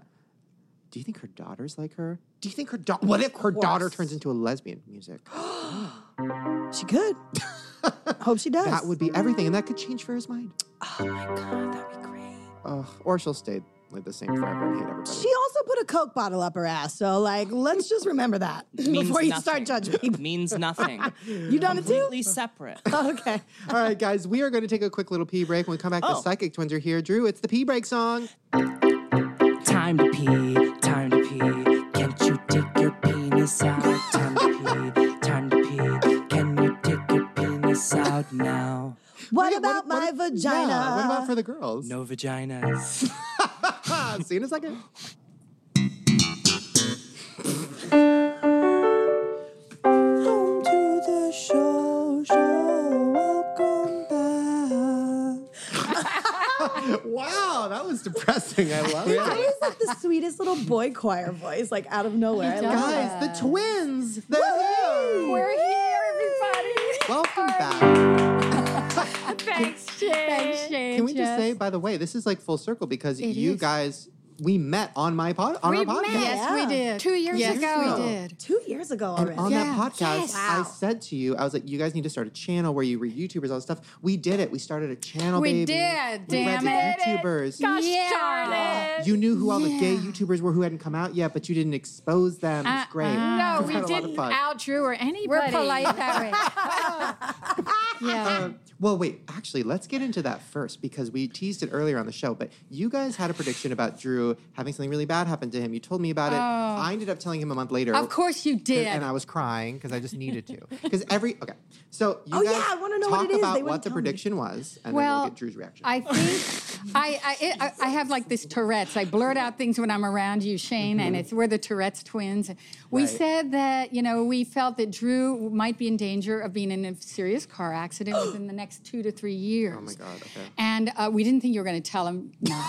Speaker 1: do you think her daughter's like her? Do you think her daughter? What if her daughter
Speaker 2: course.
Speaker 1: turns into a lesbian? Music.
Speaker 2: She could. Hope she does.
Speaker 1: That would be everything, and that could change Farrah's mind.
Speaker 2: Oh my god, that'd be great.
Speaker 1: Ugh, or she'll stay like the same forever and hate everybody.
Speaker 2: She also put a Coke bottle up her ass, so like, let's just remember that
Speaker 4: Means
Speaker 2: before you start
Speaker 4: nothing.
Speaker 2: judging people.
Speaker 4: Means nothing.
Speaker 2: You done it too?
Speaker 4: Completely separate.
Speaker 2: Okay.
Speaker 1: All right, guys, we are going to take a quick little pee break. When we come back, the
Speaker 4: Oh.
Speaker 1: Psychic Twins are here. Drew, it's the pee break song.
Speaker 4: Time to pee, time to pee. Can't you take your penis out? Time to pee, time to pee. Can you take your penis out now?
Speaker 2: What
Speaker 1: Wait,
Speaker 2: about
Speaker 1: what-
Speaker 2: my
Speaker 1: what-
Speaker 2: vagina?
Speaker 1: Yeah, what about for the girls?
Speaker 4: No vaginas.
Speaker 1: Ah, See you in a second.
Speaker 4: Welcome to the show, show. Welcome back.
Speaker 1: wow, that was depressing. I love
Speaker 2: He
Speaker 1: it.
Speaker 2: always like the sweetest little boy choir voice, like out of nowhere. I
Speaker 5: does.
Speaker 2: love it.
Speaker 1: Guys, the twins. They're here.
Speaker 5: We're here, everybody.
Speaker 1: Welcome back.
Speaker 5: Thanks, Jay. Thanks, Jay.
Speaker 1: Can we just say, by the way, this is like full circle because you guys, we met on my pod, on
Speaker 5: we
Speaker 1: our podcast.
Speaker 5: met? Yes,
Speaker 2: Yeah.
Speaker 5: we did.
Speaker 6: Two years
Speaker 5: yes,
Speaker 6: ago.
Speaker 5: we did.
Speaker 2: Two years ago
Speaker 1: And
Speaker 2: already.
Speaker 1: on
Speaker 6: Yeah.
Speaker 1: that podcast,
Speaker 6: Yes.
Speaker 1: I
Speaker 6: Wow.
Speaker 1: said to you, I was like, you guys need to start a channel where you were YouTubers, all this stuff. We did it. We started a channel,
Speaker 6: We
Speaker 1: baby.
Speaker 6: did,
Speaker 1: We
Speaker 6: damn
Speaker 1: rented
Speaker 5: it.
Speaker 1: YouTubers.
Speaker 5: Gosh
Speaker 6: Yeah.
Speaker 5: darn it.
Speaker 1: You knew who all the gay
Speaker 6: Yeah.
Speaker 1: YouTubers were who hadn't come out yet, but you didn't expose them. It's great.
Speaker 5: Uh-uh.
Speaker 1: We've
Speaker 5: No, we
Speaker 1: had a lot of
Speaker 5: didn't
Speaker 1: fun.
Speaker 5: out Drew or anybody.
Speaker 6: We're polite that way. yeah.
Speaker 1: Um, well, wait. Actually, let's get into that first because we teased it earlier on the show. But you guys had a prediction about Drew having something really bad happen to him. You told me about it. I ended up telling him a month later.
Speaker 6: Of course you did.
Speaker 1: And I was crying because I just needed to. Because every okay, so you
Speaker 2: Oh,
Speaker 1: guys
Speaker 2: yeah, I wanna know
Speaker 1: talk
Speaker 2: what it is.
Speaker 1: about
Speaker 2: They
Speaker 1: what
Speaker 2: wouldn't
Speaker 1: the
Speaker 2: tell me.
Speaker 1: prediction was, and then
Speaker 6: Well,
Speaker 1: we'll get Drew's reaction. Oh
Speaker 6: I think I I, it, I I have like this Tourette's. I blurt out things when I'm around you, Shane, and it's we're the Tourette's twins. We
Speaker 1: Mm-hmm. Right.
Speaker 6: said that you know we felt that Drew might be in danger of being in a serious car accident within the next two to three years. Oh
Speaker 1: my God, okay.
Speaker 6: And uh, we didn't think you were going to tell him. No,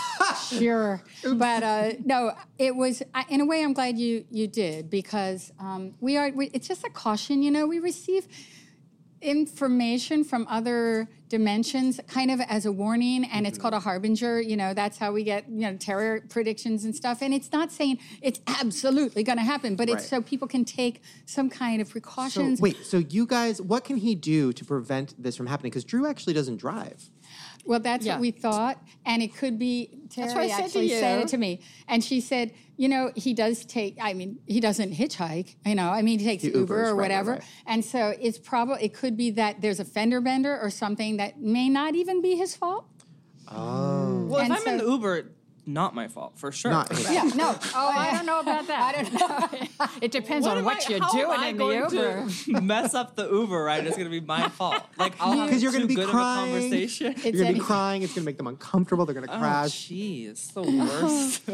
Speaker 6: sure, but uh, no, it was I, in a way. I'm glad you you did because um, we are. We, it's just a caution, you know. We receive information from other dimensions kind of as a warning and
Speaker 1: Mm-hmm.
Speaker 6: it's called a harbinger you know that's how we get you know terror predictions and stuff and it's not saying it's absolutely going to happen but it's
Speaker 1: Right.
Speaker 6: so people can take some kind of
Speaker 1: so
Speaker 6: precautions
Speaker 1: wait, so you guys, what can he do to prevent this from happening? Because Drew actually doesn't drive.
Speaker 6: Well, that's
Speaker 5: Yeah.
Speaker 6: what we thought, and it could be Terry
Speaker 5: what I said to
Speaker 6: actually said
Speaker 5: you.
Speaker 6: it to me, and she said, "You know, he does take. I mean, he doesn't hitchhike. You know, I mean, he takes
Speaker 1: He
Speaker 6: Uber
Speaker 1: Ubers, right,
Speaker 6: or
Speaker 1: right,
Speaker 6: whatever.
Speaker 1: right.
Speaker 6: And so it's probably it could be that there's a fender bender or something that may not even be his fault.
Speaker 4: Well,
Speaker 6: And
Speaker 4: if I'm in
Speaker 6: so-
Speaker 4: the Uber, not my fault for sure.
Speaker 1: Not
Speaker 6: Yeah, no.
Speaker 5: Oh, I don't know about that. I don't know. It depends on
Speaker 4: am
Speaker 5: what
Speaker 4: I-
Speaker 5: you're
Speaker 4: how am
Speaker 5: doing
Speaker 4: I
Speaker 5: in the
Speaker 4: going
Speaker 5: Uber.
Speaker 4: To mess up the Uber ride. It's gonna be my fault. Like I'll have
Speaker 1: 'Cause you're gonna
Speaker 4: too
Speaker 1: be
Speaker 4: good
Speaker 1: crying.
Speaker 4: of a conversation.
Speaker 1: You're gonna be
Speaker 6: any-
Speaker 1: crying. It's gonna make them uncomfortable. They're gonna
Speaker 4: Oh,
Speaker 1: crash.
Speaker 4: Jeez, the worst.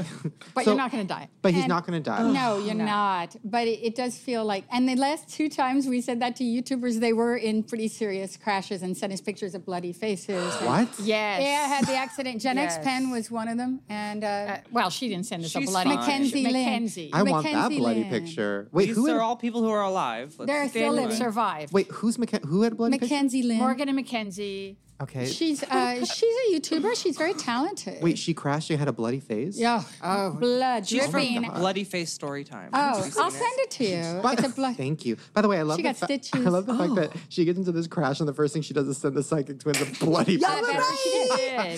Speaker 5: But
Speaker 1: So-
Speaker 5: you're not going to die.
Speaker 1: But he's
Speaker 6: And-
Speaker 1: not gonna die.
Speaker 6: No, you're not. But it, it does feel like, and the last two times we said that to YouTubers, they were in pretty serious crashes and sent us pictures of bloody faces. and-
Speaker 1: What?
Speaker 5: Yes.
Speaker 6: Yeah, I had the accident. Gen X
Speaker 5: Yes.
Speaker 6: Pen was one of them, and and uh,
Speaker 5: Well, she didn't send us a
Speaker 7: She's
Speaker 5: bloody
Speaker 7: fine.
Speaker 6: Mackenzie Lynn.
Speaker 5: Mackenzie.
Speaker 1: I want that
Speaker 6: Mackenzie
Speaker 1: bloody
Speaker 6: Lynn.
Speaker 1: picture. Wait,
Speaker 7: These
Speaker 1: who? Had,
Speaker 7: are all people who are alive. Let's
Speaker 6: They're
Speaker 7: stay
Speaker 6: still
Speaker 7: alive.
Speaker 6: living.
Speaker 5: survived.
Speaker 1: wait, who's McKen- Who had bloody picture?
Speaker 6: Mackenzie Lynn.
Speaker 5: Morgan and Mackenzie.
Speaker 1: Okay.
Speaker 6: She's uh, she's a YouTuber. She's very talented.
Speaker 1: wait, she crashed and had a bloody face.
Speaker 6: Yeah. Oh, blood
Speaker 7: She's from
Speaker 6: dripping.
Speaker 7: Bloody Face Story Time. Have
Speaker 6: Oh,
Speaker 7: you seen
Speaker 6: I'll
Speaker 7: it?
Speaker 6: send it to you.
Speaker 1: By
Speaker 6: it's
Speaker 1: the-
Speaker 6: a blood.
Speaker 1: Thank you. By the way, I love
Speaker 6: She
Speaker 1: the
Speaker 6: got
Speaker 1: fa-
Speaker 6: stitches.
Speaker 1: I love the fact that she gets into this crash and the first thing she does is send the psychic twins a bloody
Speaker 6: I bet
Speaker 1: picture.
Speaker 6: she did.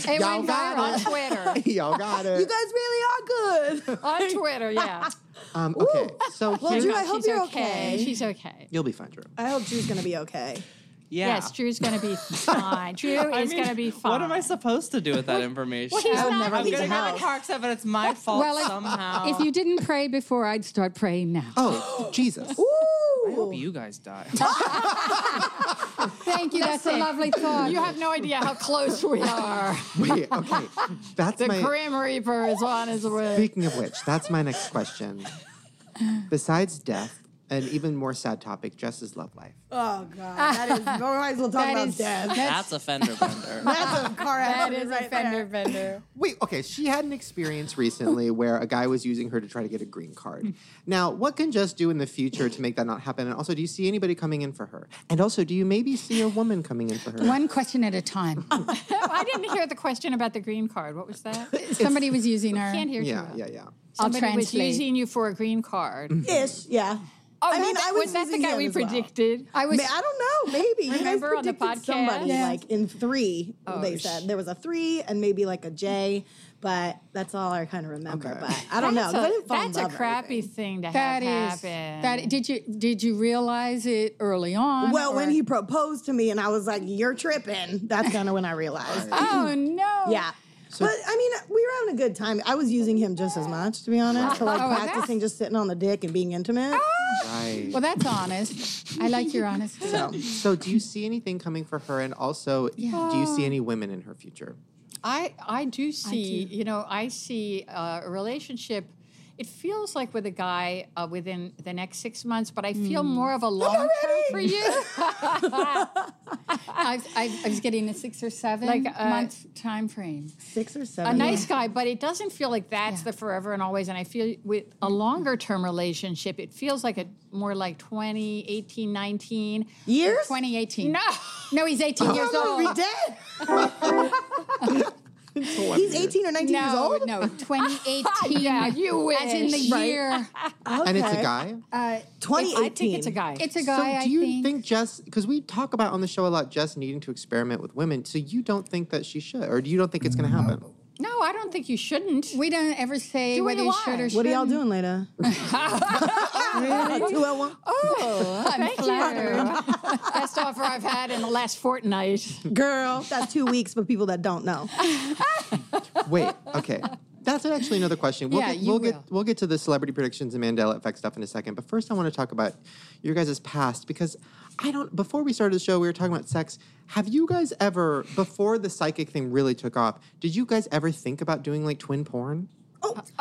Speaker 5: Did.
Speaker 6: It
Speaker 1: Y'all
Speaker 6: went
Speaker 1: got
Speaker 6: viral.
Speaker 1: it. Y'all got it.
Speaker 2: You guys really are good.
Speaker 5: On Twitter, yeah.
Speaker 1: um, okay, so
Speaker 2: Well,
Speaker 1: here-
Speaker 2: Drew, I hope
Speaker 5: She's
Speaker 2: you're
Speaker 5: okay.
Speaker 2: okay.
Speaker 5: She's okay.
Speaker 1: you'll be fine, Drew.
Speaker 2: I hope Drew's gonna be okay.
Speaker 7: Yeah.
Speaker 5: Yes, Drew's going to be fine. Drew
Speaker 7: I
Speaker 5: is
Speaker 7: mean,
Speaker 5: going to be fine.
Speaker 7: What am I supposed to do with that information?
Speaker 5: he's
Speaker 7: I'm
Speaker 5: not-
Speaker 7: I'm
Speaker 5: he's
Speaker 7: gonna have
Speaker 2: out.
Speaker 7: a car accident, but it's my fault
Speaker 6: Well, if-
Speaker 7: somehow.
Speaker 6: If you didn't pray before, I'd start praying now.
Speaker 1: Oh, Jesus.
Speaker 7: I
Speaker 4: Oh,
Speaker 7: hope you guys die.
Speaker 6: Thank you. That's, a
Speaker 5: it.
Speaker 6: lovely thought.
Speaker 5: You have no idea how close we are.
Speaker 1: Wait, okay, that's
Speaker 5: The
Speaker 1: my.
Speaker 5: Grim Reaper is on his way.
Speaker 1: Speaking of which, that's my next question. Besides death, an even more sad topic, Jess's love life.
Speaker 2: Oh god, that is. We might as well talk
Speaker 6: That
Speaker 2: about
Speaker 6: is-
Speaker 2: death.
Speaker 7: That's a fender bender.
Speaker 2: That's a car
Speaker 6: that
Speaker 2: accident
Speaker 6: is
Speaker 2: right
Speaker 6: a fender
Speaker 2: there.
Speaker 6: bender.
Speaker 1: Wait, okay, she had an experience recently where a guy was using her to try to get a green card. Now, what can Jess do in the future to make that not happen? And also, do you see anybody coming in for her? And also, do you maybe see a woman coming in for her?
Speaker 6: One question at a time.
Speaker 5: I didn't hear the question about the green card. What was that?
Speaker 6: Somebody was using her.
Speaker 5: Can't hear
Speaker 1: Yeah,
Speaker 5: you.
Speaker 1: yeah, yeah.
Speaker 6: I'll
Speaker 5: Somebody was
Speaker 6: translate.
Speaker 5: using you for a green card.
Speaker 2: Ish, yeah.
Speaker 5: Oh,
Speaker 2: I
Speaker 5: no,
Speaker 2: mean,
Speaker 5: that-
Speaker 2: I
Speaker 5: was,
Speaker 2: was
Speaker 5: that the
Speaker 2: using
Speaker 5: guy
Speaker 2: him
Speaker 5: we
Speaker 2: as well.
Speaker 5: predicted?
Speaker 6: I was.
Speaker 2: Ma- I don't know. Maybe you guys
Speaker 5: Remember on the
Speaker 2: predicted somebody
Speaker 5: podcast? Yeah. Oh,
Speaker 2: like in three. they said there was a three and maybe like a J, but that's all I kind of remember. But I don't know. 'cause I
Speaker 5: That's a,
Speaker 2: didn't fall in
Speaker 5: that's a
Speaker 2: love or
Speaker 5: crappy
Speaker 2: anything.
Speaker 5: thing to
Speaker 6: That
Speaker 5: have
Speaker 6: is.
Speaker 5: happen.
Speaker 6: That did you did you realize it early on?
Speaker 2: Well, when
Speaker 6: or-
Speaker 2: he proposed to me and I was like, "You're tripping," that's kind of when I realized.
Speaker 6: Oh no.
Speaker 2: Yeah. but I mean, we were having a good time. I was using him just as much, to be honest, for like
Speaker 6: Oh, that's-
Speaker 2: practicing just sitting on the dick and being intimate.
Speaker 1: Ah! Right.
Speaker 6: Well, that's honest. I like your honesty.
Speaker 1: So, do you see anything coming for her? And also, do you see any women in her future?
Speaker 5: I I do see you know I see uh, a relationship. It feels like with a guy uh, within the next six months, but I feel more of a long term for you.
Speaker 6: I, I, I was getting a six or seven
Speaker 5: Like, uh,
Speaker 6: month time frame.
Speaker 2: Six or
Speaker 5: a
Speaker 2: seven.
Speaker 5: nice guy, but it doesn't feel like that's the forever and always. And I feel with a longer term relationship, it feels like a more like 20, 18, 19.
Speaker 2: years.
Speaker 6: 2018.
Speaker 5: No.
Speaker 6: no, he's 18 years
Speaker 2: I'm gonna
Speaker 6: old.
Speaker 2: be dead. He's 18 or 19 years
Speaker 6: no,
Speaker 2: old.
Speaker 6: no, 2018.
Speaker 5: Yeah, you wish.
Speaker 6: As in the year.
Speaker 1: And it's a
Speaker 2: Okay.
Speaker 1: guy?
Speaker 6: Uh,
Speaker 2: 2018.
Speaker 5: I think it's a guy.
Speaker 6: it's a
Speaker 1: so,
Speaker 6: guy.
Speaker 1: do you
Speaker 6: I think.
Speaker 1: Jess, because we talk about on the show a lot, Jess needing to experiment with women. So, you don't think that she should, or do you don't think it's going to happen?
Speaker 5: no, I don't think you shouldn't.
Speaker 6: we don't ever say
Speaker 5: Do we
Speaker 6: whether you should or
Speaker 5: lie?
Speaker 6: shouldn't.
Speaker 2: What are y'all doing later? Two at one.
Speaker 6: Oh, I'm
Speaker 5: Thank
Speaker 6: flattered.
Speaker 5: you. Best offer I've had in the last fortnight.
Speaker 2: Girl, that's two weeks for people that don't know.
Speaker 1: Wait, okay. That's actually another question. We'll
Speaker 6: Yeah,
Speaker 1: get,
Speaker 6: you
Speaker 1: we'll get
Speaker 6: will.
Speaker 1: we'll get to the celebrity predictions and Mandela effect stuff in a second. But first, I want to talk about your guys' past because I don't. Before we started the show, we were talking about sex. Have you guys ever, before the psychic thing really took off, did you guys ever think about doing like twin porn?
Speaker 6: No, but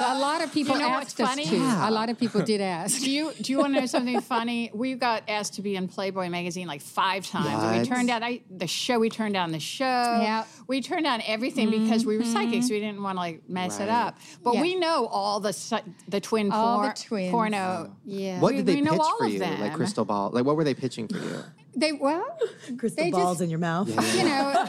Speaker 6: a, a lot of people
Speaker 5: You know what's
Speaker 6: asked us
Speaker 5: funny?
Speaker 6: to.
Speaker 1: Yeah.
Speaker 6: A lot of people did ask.
Speaker 5: Do you do you want to know something funny? We got asked to be in Playboy magazine like five times. and
Speaker 1: What?
Speaker 5: We turned down I, the show. We turned down the show. Yeah, Mm-hmm.
Speaker 6: Yep.
Speaker 5: we turned down everything because we were psychics. We didn't want to like mess it
Speaker 1: Right.
Speaker 5: up. But
Speaker 6: Yeah.
Speaker 5: we know all the psy- the twin
Speaker 6: All the
Speaker 5: por-
Speaker 6: twins.
Speaker 1: Oh.
Speaker 5: porno.
Speaker 6: Yeah.
Speaker 1: What
Speaker 5: We-
Speaker 1: did they
Speaker 5: we
Speaker 1: pitch
Speaker 5: know all
Speaker 1: for
Speaker 5: of
Speaker 1: you? Like
Speaker 5: them.
Speaker 1: crystal ball? Like what were they pitching for you?
Speaker 6: They well,
Speaker 2: Crystal
Speaker 6: They just-
Speaker 2: balls in your mouth.
Speaker 6: you know,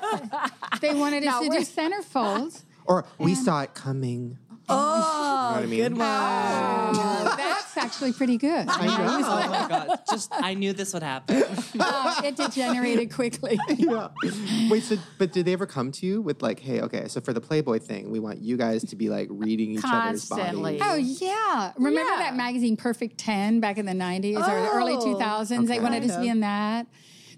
Speaker 6: they wanted us
Speaker 5: No,
Speaker 6: to do
Speaker 5: we're-
Speaker 6: centerfolds.
Speaker 1: Or we saw it coming.
Speaker 2: Oh,
Speaker 1: You know what I mean?
Speaker 2: good one.
Speaker 6: Oh, that's actually pretty good.
Speaker 1: I know.
Speaker 7: oh my god! Just I knew this would happen.
Speaker 6: Oh, it degenerated quickly.
Speaker 1: yeah. Wait, so but did they ever come to you with like, hey, okay, so for the Playboy thing, we want you guys to be like reading each other's
Speaker 5: Constantly.
Speaker 1: bodies.
Speaker 6: Oh yeah, remember that magazine Perfect Ten back in the nineties or the early
Speaker 2: Oh,
Speaker 6: two thousands? They wanted us to be in that.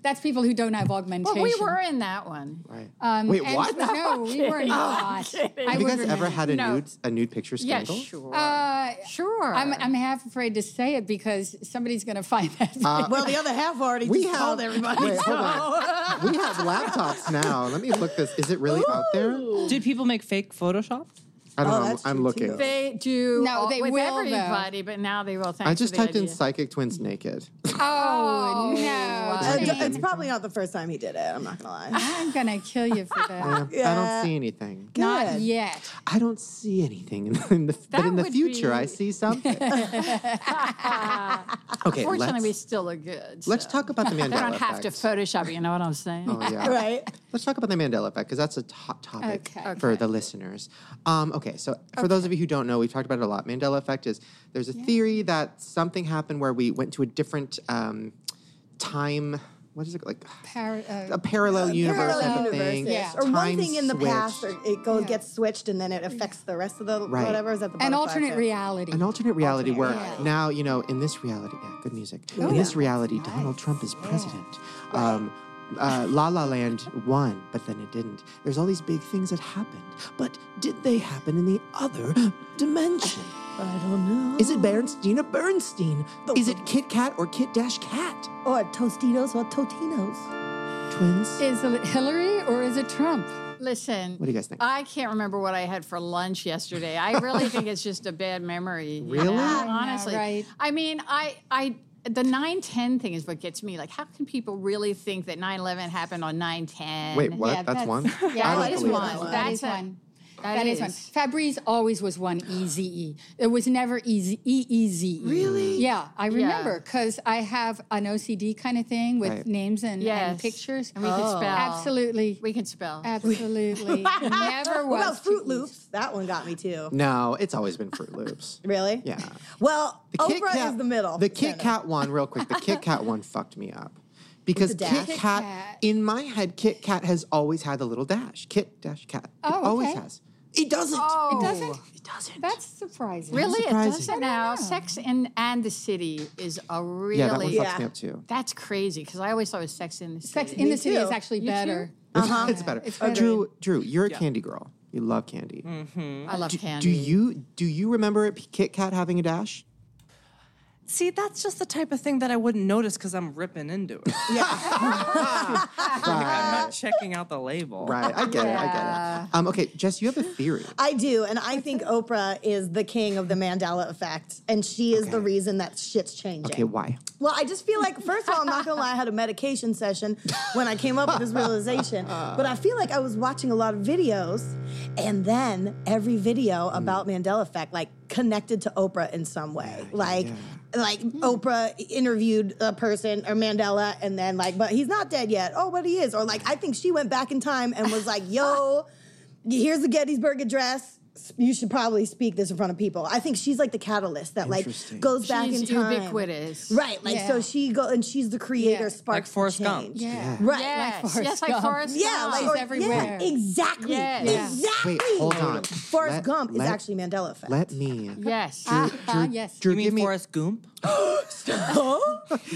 Speaker 6: That's people who don't have augmentation.
Speaker 5: But we were in that one.
Speaker 1: Right.
Speaker 6: Um,
Speaker 1: Wait,
Speaker 6: and-
Speaker 1: what?
Speaker 6: No, we were not. I
Speaker 1: Have you
Speaker 6: would
Speaker 1: guys ever
Speaker 6: remember.
Speaker 1: had a
Speaker 5: No.
Speaker 1: nude a nude picture
Speaker 5: Yeah,
Speaker 1: scandal?
Speaker 5: sure.
Speaker 6: Uh,
Speaker 5: sure.
Speaker 6: I'm, I'm half afraid to say it because somebody's going to find that.
Speaker 2: Well, the other half already
Speaker 1: We
Speaker 2: just
Speaker 1: have
Speaker 2: called everybody.
Speaker 1: Wait, hold on. we have laptops now. Let me look this. Is it really out there?
Speaker 7: Did people make fake Photoshop?
Speaker 1: I don't
Speaker 2: Oh,
Speaker 1: know.
Speaker 2: that's
Speaker 1: I'm
Speaker 2: true,
Speaker 1: looking.
Speaker 2: too.
Speaker 5: they do
Speaker 6: No,
Speaker 5: all-
Speaker 6: they
Speaker 5: with
Speaker 6: will, though.
Speaker 5: everybody, but now they will. Thanks
Speaker 1: I
Speaker 5: for
Speaker 1: just
Speaker 5: the
Speaker 1: typed in
Speaker 5: idea.
Speaker 1: psychic twins naked.
Speaker 6: Oh, no.
Speaker 2: Uh, d-
Speaker 6: Jane.
Speaker 2: it's probably not the first time he did it. I'm not gonna lie.
Speaker 6: I'm gonna kill you for that.
Speaker 1: I
Speaker 2: Yeah.
Speaker 1: don't see anything.
Speaker 6: Not
Speaker 2: Good.
Speaker 6: yet.
Speaker 1: I don't see anything, in the, in the, but
Speaker 5: That
Speaker 1: in the
Speaker 5: would
Speaker 1: future, I
Speaker 5: be-
Speaker 1: see something. okay,
Speaker 5: Fortunately, we
Speaker 1: let's,
Speaker 5: still look good.
Speaker 1: let's
Speaker 5: so.
Speaker 1: talk about the Mandela
Speaker 5: They don't have
Speaker 1: effect.
Speaker 5: to Photoshop. You know what I'm saying?
Speaker 1: Oh, yeah.
Speaker 2: Right?
Speaker 1: Let's talk about the Mandela effect because that's a hot topic
Speaker 6: Okay.
Speaker 1: for the listeners. Um, okay, so for those of you who don't know, we've talked about it a lot. Mandela effect is there's a theory that something happened where we went to a different um, time. What is it like?
Speaker 6: Par- uh,
Speaker 1: A parallel universe
Speaker 2: Parallel
Speaker 1: type of thing.
Speaker 2: universes.
Speaker 6: Yeah.
Speaker 2: Or one
Speaker 1: Time
Speaker 2: thing in the past, or
Speaker 1: switch.
Speaker 2: it goes gets switched, and then it affects the rest of the
Speaker 1: Right.
Speaker 2: whatever is at the
Speaker 6: an
Speaker 2: butterfly
Speaker 6: alternate
Speaker 2: effect.
Speaker 6: reality.
Speaker 1: An alternate reality where
Speaker 6: reality.
Speaker 1: now, you know, in this reality, yeah, good music.
Speaker 2: Oh,
Speaker 1: in this reality, Donald Trump is president. Um, uh, La La Land won, but then it didn't. There's all these big things that happened, but did they happen in the other dimension?
Speaker 2: I don't know.
Speaker 1: Is it Bernstein or Bernstein? Is it Kit Kat or Kit Dash Cat?
Speaker 2: Or Tostitos or Totinos.
Speaker 1: Twins?
Speaker 6: Is it Hillary or is it Trump?
Speaker 5: Listen. What
Speaker 1: do you guys think?
Speaker 5: I can't remember what I had for lunch yesterday. I really think it's just a bad memory. you
Speaker 1: Really?
Speaker 5: know,
Speaker 1: I
Speaker 6: know,
Speaker 5: Honestly.
Speaker 6: right.
Speaker 5: I mean, I I the 9-10 thing is what gets me. Like, how can people really think that 9-11 happened on 9-10?
Speaker 1: Wait, what?
Speaker 6: Yeah,
Speaker 1: that's,
Speaker 6: that's-
Speaker 1: one?
Speaker 5: Yeah,
Speaker 1: I
Speaker 5: that
Speaker 1: don't
Speaker 5: is
Speaker 1: believe
Speaker 5: one.
Speaker 1: that.
Speaker 6: That
Speaker 5: That's
Speaker 6: is
Speaker 5: a-
Speaker 6: one.
Speaker 5: that
Speaker 6: that is. one.
Speaker 5: is.
Speaker 6: Fabrice always was one E Z E. It was never easy E E Z E. Really? Yeah, I remember because I have an OCD kind of thing with
Speaker 1: Right.
Speaker 6: names and, and
Speaker 5: Yes.
Speaker 6: pictures. Oh.
Speaker 5: And we can spell.
Speaker 6: Absolutely.
Speaker 5: We can
Speaker 1: Uh,
Speaker 5: spell.
Speaker 6: Absolutely. never
Speaker 2: What
Speaker 6: was.
Speaker 2: about
Speaker 6: too
Speaker 2: Fruit
Speaker 6: easy.
Speaker 2: Loops? That one got me too.
Speaker 1: No, it's always been Fruit Loops.
Speaker 2: Really?
Speaker 1: Yeah.
Speaker 2: Well,
Speaker 1: Kit
Speaker 2: Oprah
Speaker 1: Kat-
Speaker 2: is the middle.
Speaker 1: The Kit
Speaker 2: No, no.
Speaker 1: Kat one, real quick. The Kit Kat one fucked me up because
Speaker 2: the dash?
Speaker 1: Kit Kat,
Speaker 6: Kat.
Speaker 1: in my head, Kit Kat has always had a little dash. Kit dash cat. It
Speaker 6: Oh,
Speaker 1: always
Speaker 6: okay.
Speaker 1: has. It doesn't.
Speaker 5: Oh.
Speaker 6: It doesn't.
Speaker 1: It doesn't.
Speaker 6: That's surprising.
Speaker 5: Really, it
Speaker 1: Surprising.
Speaker 5: doesn't now. Sex and and the City is a really
Speaker 1: yeah, that one fucks
Speaker 2: Yeah.
Speaker 1: me up too.
Speaker 5: that's crazy because I always thought it was Sex in the City.
Speaker 6: Sex in the City is
Speaker 2: too.
Speaker 6: actually better.
Speaker 1: it's better.
Speaker 6: it's better.
Speaker 1: Drew, Drew, you're a candy girl. You love candy.
Speaker 7: Mm.
Speaker 5: I love
Speaker 1: Do
Speaker 5: candy.
Speaker 1: you do you remember Kit Kat having a dash?
Speaker 7: See, that's just the type of thing that I wouldn't notice because I'm ripping into it. Like, I'm not checking out the label.
Speaker 1: Right, I get it. I get it. Um, okay, Jess, you have a theory.
Speaker 2: I do, and I think Oprah is the king of the Mandela effect, and she is the
Speaker 1: Okay.
Speaker 2: reason that shit's changing.
Speaker 1: Okay, why?
Speaker 2: Well, I just feel like, first of all, I'm not gonna lie, I had a medication session when I came up with this realization, but I feel like I was watching a lot of videos, and then every video about Mandela effect like connected to Oprah in some way, like. Like Oprah interviewed a person or Mandela, and then like, but he's not dead yet. Oh, but he is. Or like, I think she went back in time and was like, "Yo, here's the Gettysburg Address. You should probably speak this in front of people." I think she's like the catalyst that like
Speaker 1: Interesting.
Speaker 2: goes back
Speaker 5: She's
Speaker 2: in time.
Speaker 5: ubiquitous.
Speaker 2: Right. Like so
Speaker 6: Yeah.
Speaker 2: she go and she's the creator
Speaker 6: Yeah.
Speaker 2: spark
Speaker 7: Like Forrest Gump.
Speaker 2: change.
Speaker 6: Yeah.
Speaker 2: Right.
Speaker 5: Yes,
Speaker 6: Like Forrest
Speaker 5: yes, like
Speaker 6: Gump.
Speaker 5: Forrest
Speaker 2: Yeah,
Speaker 5: Gump.
Speaker 2: like
Speaker 6: She's
Speaker 2: or-
Speaker 6: everywhere.
Speaker 2: Yeah, exactly.
Speaker 5: Yes. Yeah.
Speaker 2: Exactly.
Speaker 1: Wait, hold on.
Speaker 2: Forrest
Speaker 1: Let-
Speaker 2: Gump is
Speaker 1: let-
Speaker 2: actually Mandela effect.
Speaker 1: Let me.
Speaker 5: yes.
Speaker 6: Ah, yes.
Speaker 1: Drew,
Speaker 7: You mean
Speaker 1: give me
Speaker 7: Forrest Goomp?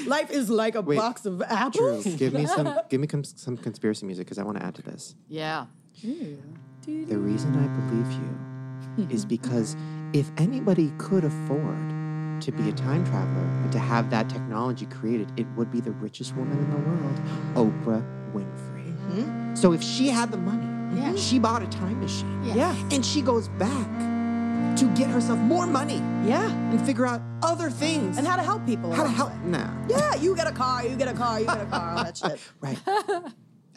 Speaker 2: Life is like a box of
Speaker 1: Drew,
Speaker 2: apples.
Speaker 1: give me some give me cons- some conspiracy music because I want to add to this.
Speaker 5: yeah.
Speaker 1: The reason I believe you is because if anybody could afford to be a time traveler and to have that technology created, it would be the richest woman in the world, Oprah Winfrey.
Speaker 2: Mm-hmm.
Speaker 1: So if she had the money,
Speaker 6: Yeah.
Speaker 1: she bought a time machine
Speaker 2: Yeah.
Speaker 1: and she goes back to get herself more money
Speaker 2: Yeah.
Speaker 1: and figure out other things
Speaker 2: And how to help people.
Speaker 1: how to
Speaker 2: along
Speaker 1: help.
Speaker 2: the way.
Speaker 1: Nah,
Speaker 2: Yeah, you get a car, you get a car, you get a car, all that shit.
Speaker 1: right.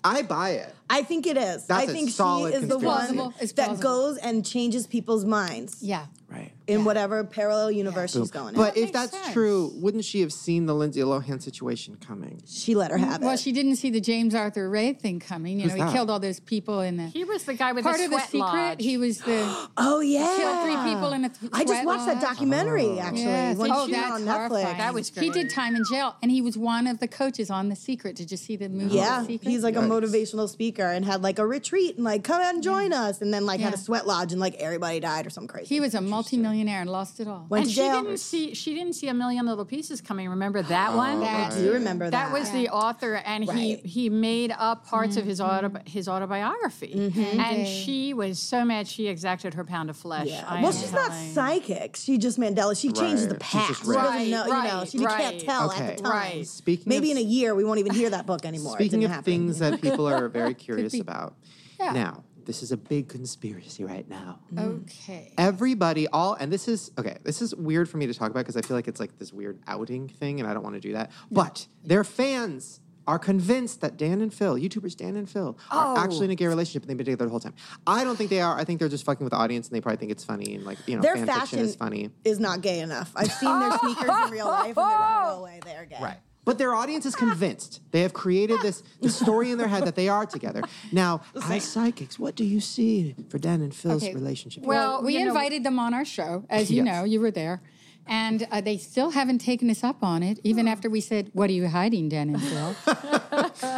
Speaker 1: I buy it.
Speaker 2: I think it is. I
Speaker 1: That's a
Speaker 2: think
Speaker 1: solid
Speaker 2: she is the
Speaker 1: conspiracy.
Speaker 2: one
Speaker 6: Plausible. It's
Speaker 2: that
Speaker 6: plausible.
Speaker 2: goes and changes people's minds
Speaker 6: Yeah.
Speaker 1: Right.
Speaker 2: in whatever parallel universe she's going
Speaker 1: But
Speaker 2: in.
Speaker 1: if that's true, wouldn't she have seen the Lindsay Lohan situation coming?
Speaker 2: She let her have it.
Speaker 6: Well, she didn't see the James Arthur Ray thing coming. You know,
Speaker 1: that?
Speaker 6: he killed all those people in the.
Speaker 5: He was the guy with
Speaker 6: part
Speaker 5: the
Speaker 6: of the
Speaker 5: sweat
Speaker 6: secret.
Speaker 5: lodge.
Speaker 6: He was the.
Speaker 2: Oh yeah,
Speaker 6: Killed three people in a th-
Speaker 2: I just
Speaker 6: sweat
Speaker 2: watched that
Speaker 6: lodge.
Speaker 2: documentary actually.
Speaker 6: Yes.
Speaker 2: when
Speaker 6: Oh,
Speaker 2: she was
Speaker 6: that's
Speaker 2: on Netflix.
Speaker 6: horrifying.
Speaker 5: That was
Speaker 6: He
Speaker 5: great.
Speaker 6: did time in jail, and he was one of the coaches on The Secret. Did you see the movie?
Speaker 2: yeah,
Speaker 6: the Secret?
Speaker 2: he's like a
Speaker 1: Yikes.
Speaker 2: motivational speaker and had like a retreat and like come and join us and then like had a
Speaker 6: Yeah.
Speaker 2: sweat lodge and like everybody died or some crazy.
Speaker 6: He was a multimillionaire and lost it all.
Speaker 2: went
Speaker 5: and
Speaker 2: to
Speaker 5: she
Speaker 2: jail.
Speaker 5: didn't see she didn't see a million little pieces coming. Remember that one?
Speaker 6: That-
Speaker 2: Do you remember that?
Speaker 5: That was the author, and
Speaker 2: Right.
Speaker 5: he he made up parts of his autobi- his autobiography, and she was so mad she exacted her pound of flesh. I
Speaker 2: well,
Speaker 5: am
Speaker 2: she's not
Speaker 5: telling-
Speaker 2: psychic. She just Mandela. She changes the
Speaker 1: Right. She's
Speaker 2: past.
Speaker 1: just
Speaker 2: She doesn't
Speaker 5: random.
Speaker 2: know. you know,
Speaker 5: Right,
Speaker 2: she can't
Speaker 5: right,
Speaker 2: tell
Speaker 1: Okay.
Speaker 2: at the time.
Speaker 5: Right.
Speaker 1: Speaking
Speaker 2: Maybe
Speaker 1: of,
Speaker 2: in a year, we won't even hear that book anymore. it
Speaker 1: speaking
Speaker 2: didn't
Speaker 1: of
Speaker 2: happen.
Speaker 1: things that people are very curious about.
Speaker 6: Yeah.
Speaker 1: Now, This is a big conspiracy right now.
Speaker 6: Okay.
Speaker 1: Everybody, all, and this is okay. This is weird for me to talk about because I feel like it's like this weird outing thing, and I don't want to do that. But their fans are convinced that Dan and Phil, YouTubers Dan and Phil,
Speaker 2: Oh.
Speaker 1: are actually in a gay relationship and they've been together the whole time. I don't think they are. I think they're just fucking with the audience, and they probably think it's funny and like you know,
Speaker 2: Their
Speaker 1: fan
Speaker 2: fashion
Speaker 1: fiction is funny.
Speaker 2: is not gay enough. I've seen their sneakers in real life, and there's no way they're gay.
Speaker 1: Right. But their audience is convinced. They have created this, this story in their head that they are together. Now, as psychics, what do you see for Dan and Phil's relationship?
Speaker 6: Well, we
Speaker 5: you know-
Speaker 6: invited them on our show, as you
Speaker 1: Yes.
Speaker 6: know, you were there. And uh, they still haven't taken us up on it, even after we said, What are you hiding, Dan and Phil?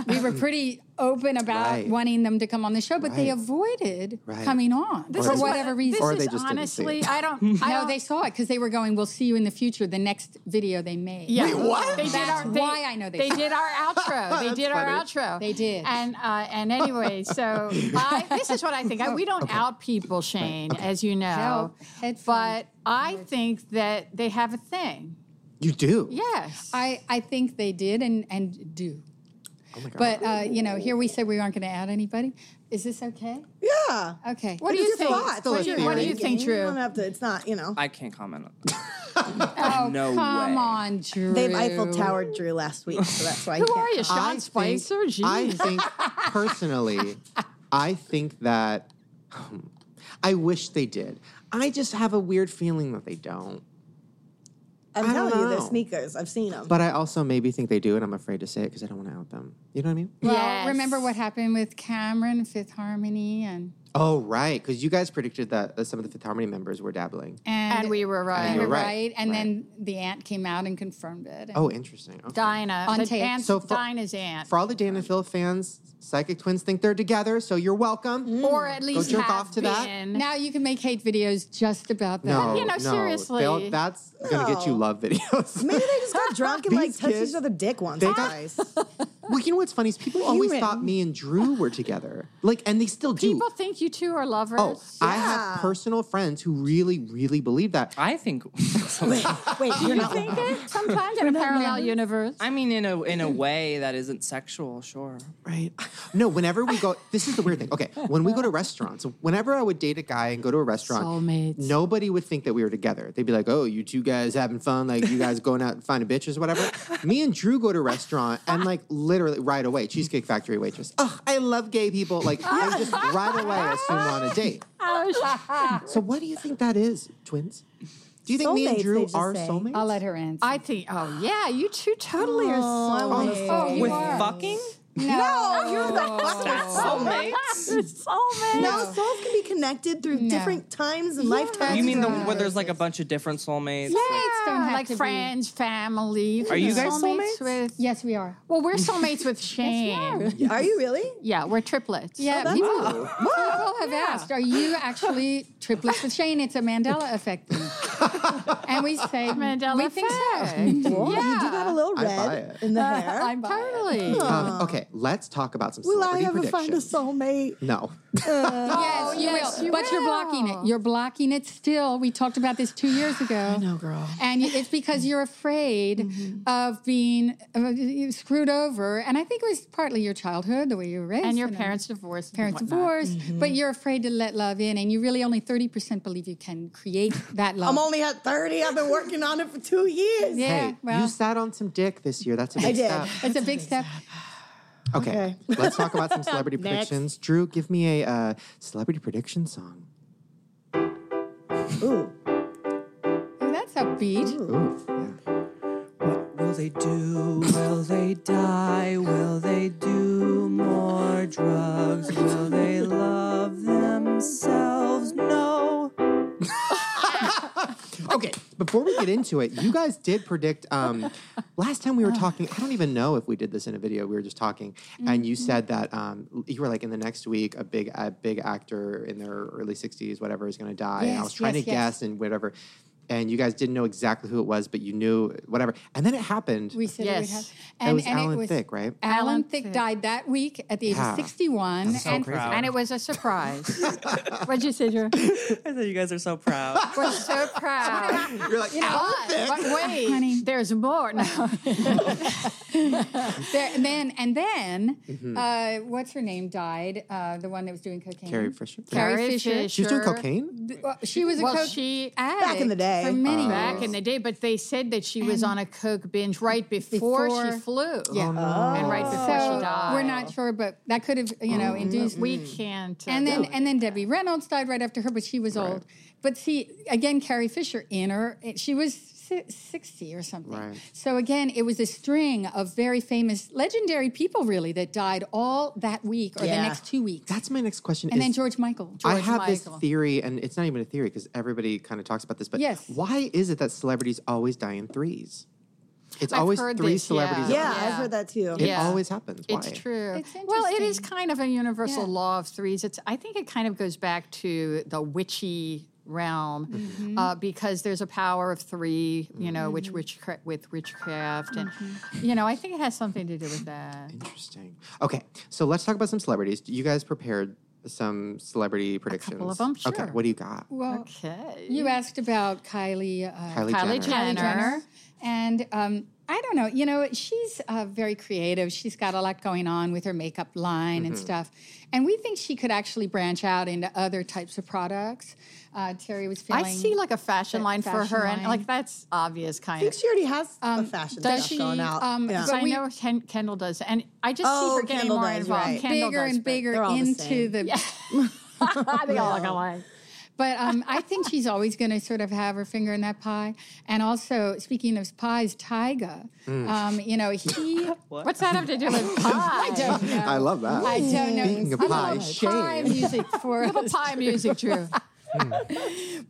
Speaker 6: we were pretty open about
Speaker 1: Right.
Speaker 6: wanting them to come on the show, but they
Speaker 1: Right.
Speaker 6: avoided
Speaker 1: Right.
Speaker 6: coming on
Speaker 1: This
Speaker 6: for
Speaker 1: is what-
Speaker 6: whatever
Speaker 5: This
Speaker 6: reason.
Speaker 1: Or
Speaker 5: is
Speaker 1: they just didn't see
Speaker 5: honestly,
Speaker 1: it.
Speaker 5: I don't. I
Speaker 6: no,
Speaker 5: don't-
Speaker 6: they saw it because they were going, We'll see you in the future, the next video they made.
Speaker 5: Yeah. They did
Speaker 6: That's
Speaker 5: our, they,
Speaker 6: why I know they
Speaker 5: They
Speaker 6: saw
Speaker 5: did our outro. They did our outro.
Speaker 6: They did.
Speaker 5: And uh, and anyway, so I, this is what I think. I, we don't out people, Shane, as you know.
Speaker 6: Help. Headphones.
Speaker 5: But I think that they have a thing.
Speaker 1: you do.
Speaker 5: Yes.
Speaker 6: I, I think they did and, and do.
Speaker 1: Oh my God.
Speaker 6: But, uh, you know, here we said we aren't going to add anybody. Is this okay?
Speaker 2: Yeah.
Speaker 6: Okay.
Speaker 5: what do
Speaker 2: It's
Speaker 5: you
Speaker 2: your
Speaker 5: think?
Speaker 2: thoughts.
Speaker 1: Still a
Speaker 5: What do you, what do
Speaker 1: theory.
Speaker 5: you think,
Speaker 2: You don't
Speaker 5: Drew?
Speaker 2: have to. It's not. You know.
Speaker 7: I can't comment on
Speaker 6: Oh,
Speaker 7: No
Speaker 6: come
Speaker 7: way.
Speaker 6: on, Drew.
Speaker 2: They've Eiffel Towered Drew last week, so that's why. he
Speaker 5: Who
Speaker 2: can't
Speaker 5: are you,
Speaker 1: I
Speaker 5: Sean
Speaker 1: think-
Speaker 5: Spicer?
Speaker 1: I
Speaker 5: Jeez.
Speaker 1: think personally, I think that hmm, I wish they did. I just have a weird feeling that they don't.
Speaker 2: I'm
Speaker 1: I don't
Speaker 2: telling you, they're
Speaker 1: know.
Speaker 2: sneakers. I've seen them.
Speaker 1: But I also maybe think they do, and I'm afraid to say it because I don't want to out them. You know what I mean?
Speaker 6: Well,
Speaker 5: Yes.
Speaker 6: remember what happened with Cameron, Fifth Harmony, and
Speaker 1: Oh, right. Because you guys predicted that that some of the Fifth Harmony members were dabbling.
Speaker 6: and,
Speaker 5: And we were right.
Speaker 6: and
Speaker 1: you
Speaker 6: we
Speaker 1: were
Speaker 6: were
Speaker 1: right,
Speaker 6: right, and then the aunt came out and confirmed it. And
Speaker 1: Oh, interesting. Okay.
Speaker 5: Dinah.
Speaker 6: On
Speaker 5: the
Speaker 6: tape.
Speaker 5: aunt's-
Speaker 1: So for-
Speaker 5: Dinah's aunt.
Speaker 1: For all the Dan and Phil fans, Psychic Twins think they're together, so you're welcome.
Speaker 5: or at least
Speaker 1: jerk
Speaker 5: have
Speaker 1: off to
Speaker 5: been.
Speaker 1: that.
Speaker 6: Now you can make hate videos just about that.
Speaker 1: No,
Speaker 5: you know,
Speaker 1: no,
Speaker 5: seriously.
Speaker 1: they'll- that's gonna get you
Speaker 2: No.
Speaker 1: love videos.
Speaker 2: Maybe they just got drunk and like
Speaker 1: These
Speaker 2: touched
Speaker 1: kids,
Speaker 2: each other dick once
Speaker 1: they
Speaker 2: or
Speaker 1: got-
Speaker 2: twice.
Speaker 1: Well, you know what's funny is people always
Speaker 2: Human.
Speaker 1: thought me and Drew were together. Like, and they still do.
Speaker 5: People think you two are lovers.
Speaker 1: oh, I have personal friends who really, really believe that.
Speaker 7: I think.
Speaker 2: Wait, you're not.
Speaker 5: think it sometimes in a parallel universe.
Speaker 7: I mean, in a in a way that isn't sexual, sure.
Speaker 1: Right. No, whenever we go, this is the weird thing. Okay, when we go to restaurants, whenever I would date a guy and go to a restaurant,
Speaker 5: Soulmates.
Speaker 1: nobody would think that we were together. They'd be like, oh, you two guys having fun, like you guys going out and finding bitches, whatever. Me and Drew go to a restaurant and, like, literally right away, Cheesecake Factory waitress, oh, I love gay people. Like, I just right away assume we're on a date.
Speaker 5: Oh,
Speaker 1: So, what do you think that is, twins? Do you think me
Speaker 2: Soulmates,
Speaker 1: and
Speaker 2: they
Speaker 1: Drew
Speaker 2: just
Speaker 1: are
Speaker 2: say.
Speaker 1: soulmates?
Speaker 6: I'll let her answer.
Speaker 5: I think, oh yeah, you two totally are soulmates.
Speaker 6: oh, you
Speaker 7: With
Speaker 6: are.
Speaker 7: fucking
Speaker 6: no, you're
Speaker 7: soulmates.
Speaker 5: soulmates.
Speaker 2: No, souls can be connected through different times and lifetimes.
Speaker 7: You mean the,
Speaker 6: right.
Speaker 7: where there's like a bunch of different soulmates? Like,
Speaker 6: Soulmates don't have
Speaker 5: like
Speaker 6: to be-
Speaker 5: friends, family. You
Speaker 7: Are
Speaker 5: can
Speaker 7: you
Speaker 5: be
Speaker 7: guys soulmates?
Speaker 5: with?
Speaker 6: Yes, we are.
Speaker 5: Well, we're soulmates with Shane.
Speaker 2: Are you really?
Speaker 5: Yeah, we're triplets.
Speaker 6: Yeah,
Speaker 2: that's
Speaker 6: people, people have asked, "Are you actually triplets with Shane?" It's a Mandela effect thing, and we say,
Speaker 5: Mandela
Speaker 6: "We think so."
Speaker 5: effect.
Speaker 2: Well, You do have a little
Speaker 1: I buy
Speaker 2: red
Speaker 1: it.
Speaker 2: in the hair.
Speaker 6: I'm biased.
Speaker 5: Totally.
Speaker 1: Um, okay, let's talk about some
Speaker 2: Will I
Speaker 1: celebrity
Speaker 2: ever find a
Speaker 1: predictions.
Speaker 2: soulmate?
Speaker 1: no.
Speaker 6: Yes, you
Speaker 5: yes,
Speaker 6: will.
Speaker 5: you
Speaker 6: but you're
Speaker 5: will.
Speaker 6: blocking it. You're blocking it still. We talked about this two years ago. I know, girl. And you- it's because you're afraid of being uh, screwed over. And I think it was partly your childhood, the way you were raised,
Speaker 5: And your
Speaker 6: everything.
Speaker 5: parents divorced.
Speaker 6: parents divorced, but you're afraid to let love in, and you really only 30% believe you can create that love.
Speaker 2: I'm only at 30. I've been working on it for two years.
Speaker 6: yeah,
Speaker 1: hey,
Speaker 6: well,
Speaker 1: you sat on some dick this year. That's a big
Speaker 2: did.
Speaker 1: step.
Speaker 6: it's a big step.
Speaker 1: Okay, let's talk about some celebrity predictions. Drew, give me a uh, celebrity prediction song.
Speaker 2: Ooh.
Speaker 6: Ooh, that's upbeat.
Speaker 1: Ooh, yeah.
Speaker 7: What will they do? Will they die? Will they do more drugs? Will they love themselves? No.
Speaker 1: Okay, before we get into it, you guys did predict. Um, last time we were talking, I don't even know if we did this in a video. We were just talking, and
Speaker 6: Mm-hmm.
Speaker 1: you said that um, you were like, in the next week, a big, a big actor in their early sixties, whatever, is going to die. and I
Speaker 6: Yes,
Speaker 1: was trying
Speaker 6: yes,
Speaker 1: to
Speaker 6: yes.
Speaker 1: guess and whatever. and you guys didn't know exactly who it was, but you knew whatever. And then it happened.
Speaker 6: We said it would
Speaker 5: Yes.
Speaker 6: have.
Speaker 1: That was Alan Thicke, right?
Speaker 6: Alan,
Speaker 5: Alan
Speaker 6: Thicke
Speaker 5: Thicke.
Speaker 6: died that week at the age
Speaker 1: Yeah.
Speaker 6: of 61.
Speaker 7: So
Speaker 5: and,
Speaker 7: proud.
Speaker 5: and it was a surprise. What'd you say, Drew?
Speaker 7: I said you guys are so proud.
Speaker 5: We're so proud.
Speaker 1: You're like, Alan Thicke?
Speaker 5: But wait, there's more. No.
Speaker 6: There, and then, and then
Speaker 1: Mm-hmm.
Speaker 6: uh, what's her name died? Uh, the one that was doing cocaine.
Speaker 1: Carrie Fisher.
Speaker 6: Carrie
Speaker 5: Carrie
Speaker 6: Fisher.
Speaker 5: Fisher.
Speaker 1: She was doing cocaine?
Speaker 6: Th- well, she was a
Speaker 5: Well,
Speaker 6: coke
Speaker 5: she-
Speaker 6: addict
Speaker 2: Back in the day.
Speaker 6: for
Speaker 1: Uh,
Speaker 6: many
Speaker 5: Back
Speaker 6: years.
Speaker 5: in the day, but they said that she was on a coke binge right before,
Speaker 6: Before-
Speaker 5: she flew.
Speaker 6: yeah.
Speaker 5: And right Oh, before
Speaker 6: so
Speaker 5: she died.
Speaker 6: we're not sure, but that could have you know induced.
Speaker 5: We can't. uh,
Speaker 6: and then
Speaker 5: really-
Speaker 6: and then Debbie Reynolds died right after her, but she was old. But see, again, Carrie Fisher in her, it- she was si- sixty or something.
Speaker 1: Right.
Speaker 6: So again, it was a string of very famous, legendary people really that died all that week or the
Speaker 2: Yeah.
Speaker 6: next two weeks,
Speaker 1: That's my next question.
Speaker 6: and
Speaker 1: is,
Speaker 6: then George Michael.
Speaker 1: I have
Speaker 5: Michael.
Speaker 1: this theory, and it's not even a theory because everybody kind of talks about this, but
Speaker 6: Yes.
Speaker 1: why is it that celebrities always die in threes? It's
Speaker 5: I've
Speaker 1: always
Speaker 5: heard
Speaker 1: three
Speaker 5: this,
Speaker 1: celebrities.
Speaker 2: Yeah,
Speaker 5: Yeah.
Speaker 2: I've heard that too.
Speaker 1: It
Speaker 5: Yeah.
Speaker 1: always happens. Why?
Speaker 5: It's true.
Speaker 6: It's
Speaker 5: well, it is
Speaker 6: interesting.
Speaker 5: kind of a universal
Speaker 6: Yeah.
Speaker 5: law of threes. It's I think it kind of goes back to the witchy realm uh, because there's a power of three, you know, which witchcraft with witchcraft, and you know, I think it has something to do with that.
Speaker 1: Interesting. Okay, so let's talk about some celebrities. You guys prepared some celebrity predictions.
Speaker 5: of 'em,
Speaker 1: Okay,
Speaker 5: sure.
Speaker 1: what do you got?
Speaker 6: Well,
Speaker 5: Okay.
Speaker 6: you asked about Kylie. Uh,
Speaker 1: Kylie,
Speaker 5: Kylie
Speaker 1: Jenner.
Speaker 5: Jenner.
Speaker 6: Kylie Jenner. And um, I don't know, you know, she's uh, very creative. She's got a lot going on with her makeup line and
Speaker 1: Mm-hmm.
Speaker 6: stuff. And we think she could actually branch out into other types of products. Uh, Terry was feeling.
Speaker 5: I see like a fashion
Speaker 6: that
Speaker 5: line for
Speaker 6: fashion
Speaker 5: her, and
Speaker 6: line.
Speaker 5: like that's obvious
Speaker 2: I
Speaker 5: kind
Speaker 2: think
Speaker 5: of.
Speaker 2: she already has a fashion
Speaker 5: does
Speaker 2: stuff
Speaker 5: she,
Speaker 2: going out.
Speaker 6: um,
Speaker 2: yeah.
Speaker 5: So
Speaker 6: But
Speaker 5: I
Speaker 6: we-
Speaker 5: know Ken, Kendall does, and I just
Speaker 2: Oh,
Speaker 5: see her getting
Speaker 2: Kendall
Speaker 5: more
Speaker 2: does,
Speaker 5: involved.
Speaker 2: right.
Speaker 5: Kendall
Speaker 6: bigger
Speaker 5: does,
Speaker 6: and
Speaker 5: but-
Speaker 6: bigger
Speaker 2: they're all the
Speaker 6: into
Speaker 2: same.
Speaker 6: the.
Speaker 5: they all look alike.
Speaker 6: But um, I think she's always going to sort of have her finger in that pie. And also, speaking of pies, Tyga,
Speaker 1: Mm.
Speaker 6: um, you know, he.
Speaker 5: What's that have to do with pie?
Speaker 1: I love that.
Speaker 6: I don't know.
Speaker 1: Speaking of
Speaker 6: I
Speaker 1: pie,
Speaker 6: love pie
Speaker 1: shame.
Speaker 6: music for
Speaker 5: Little pie music, Drew.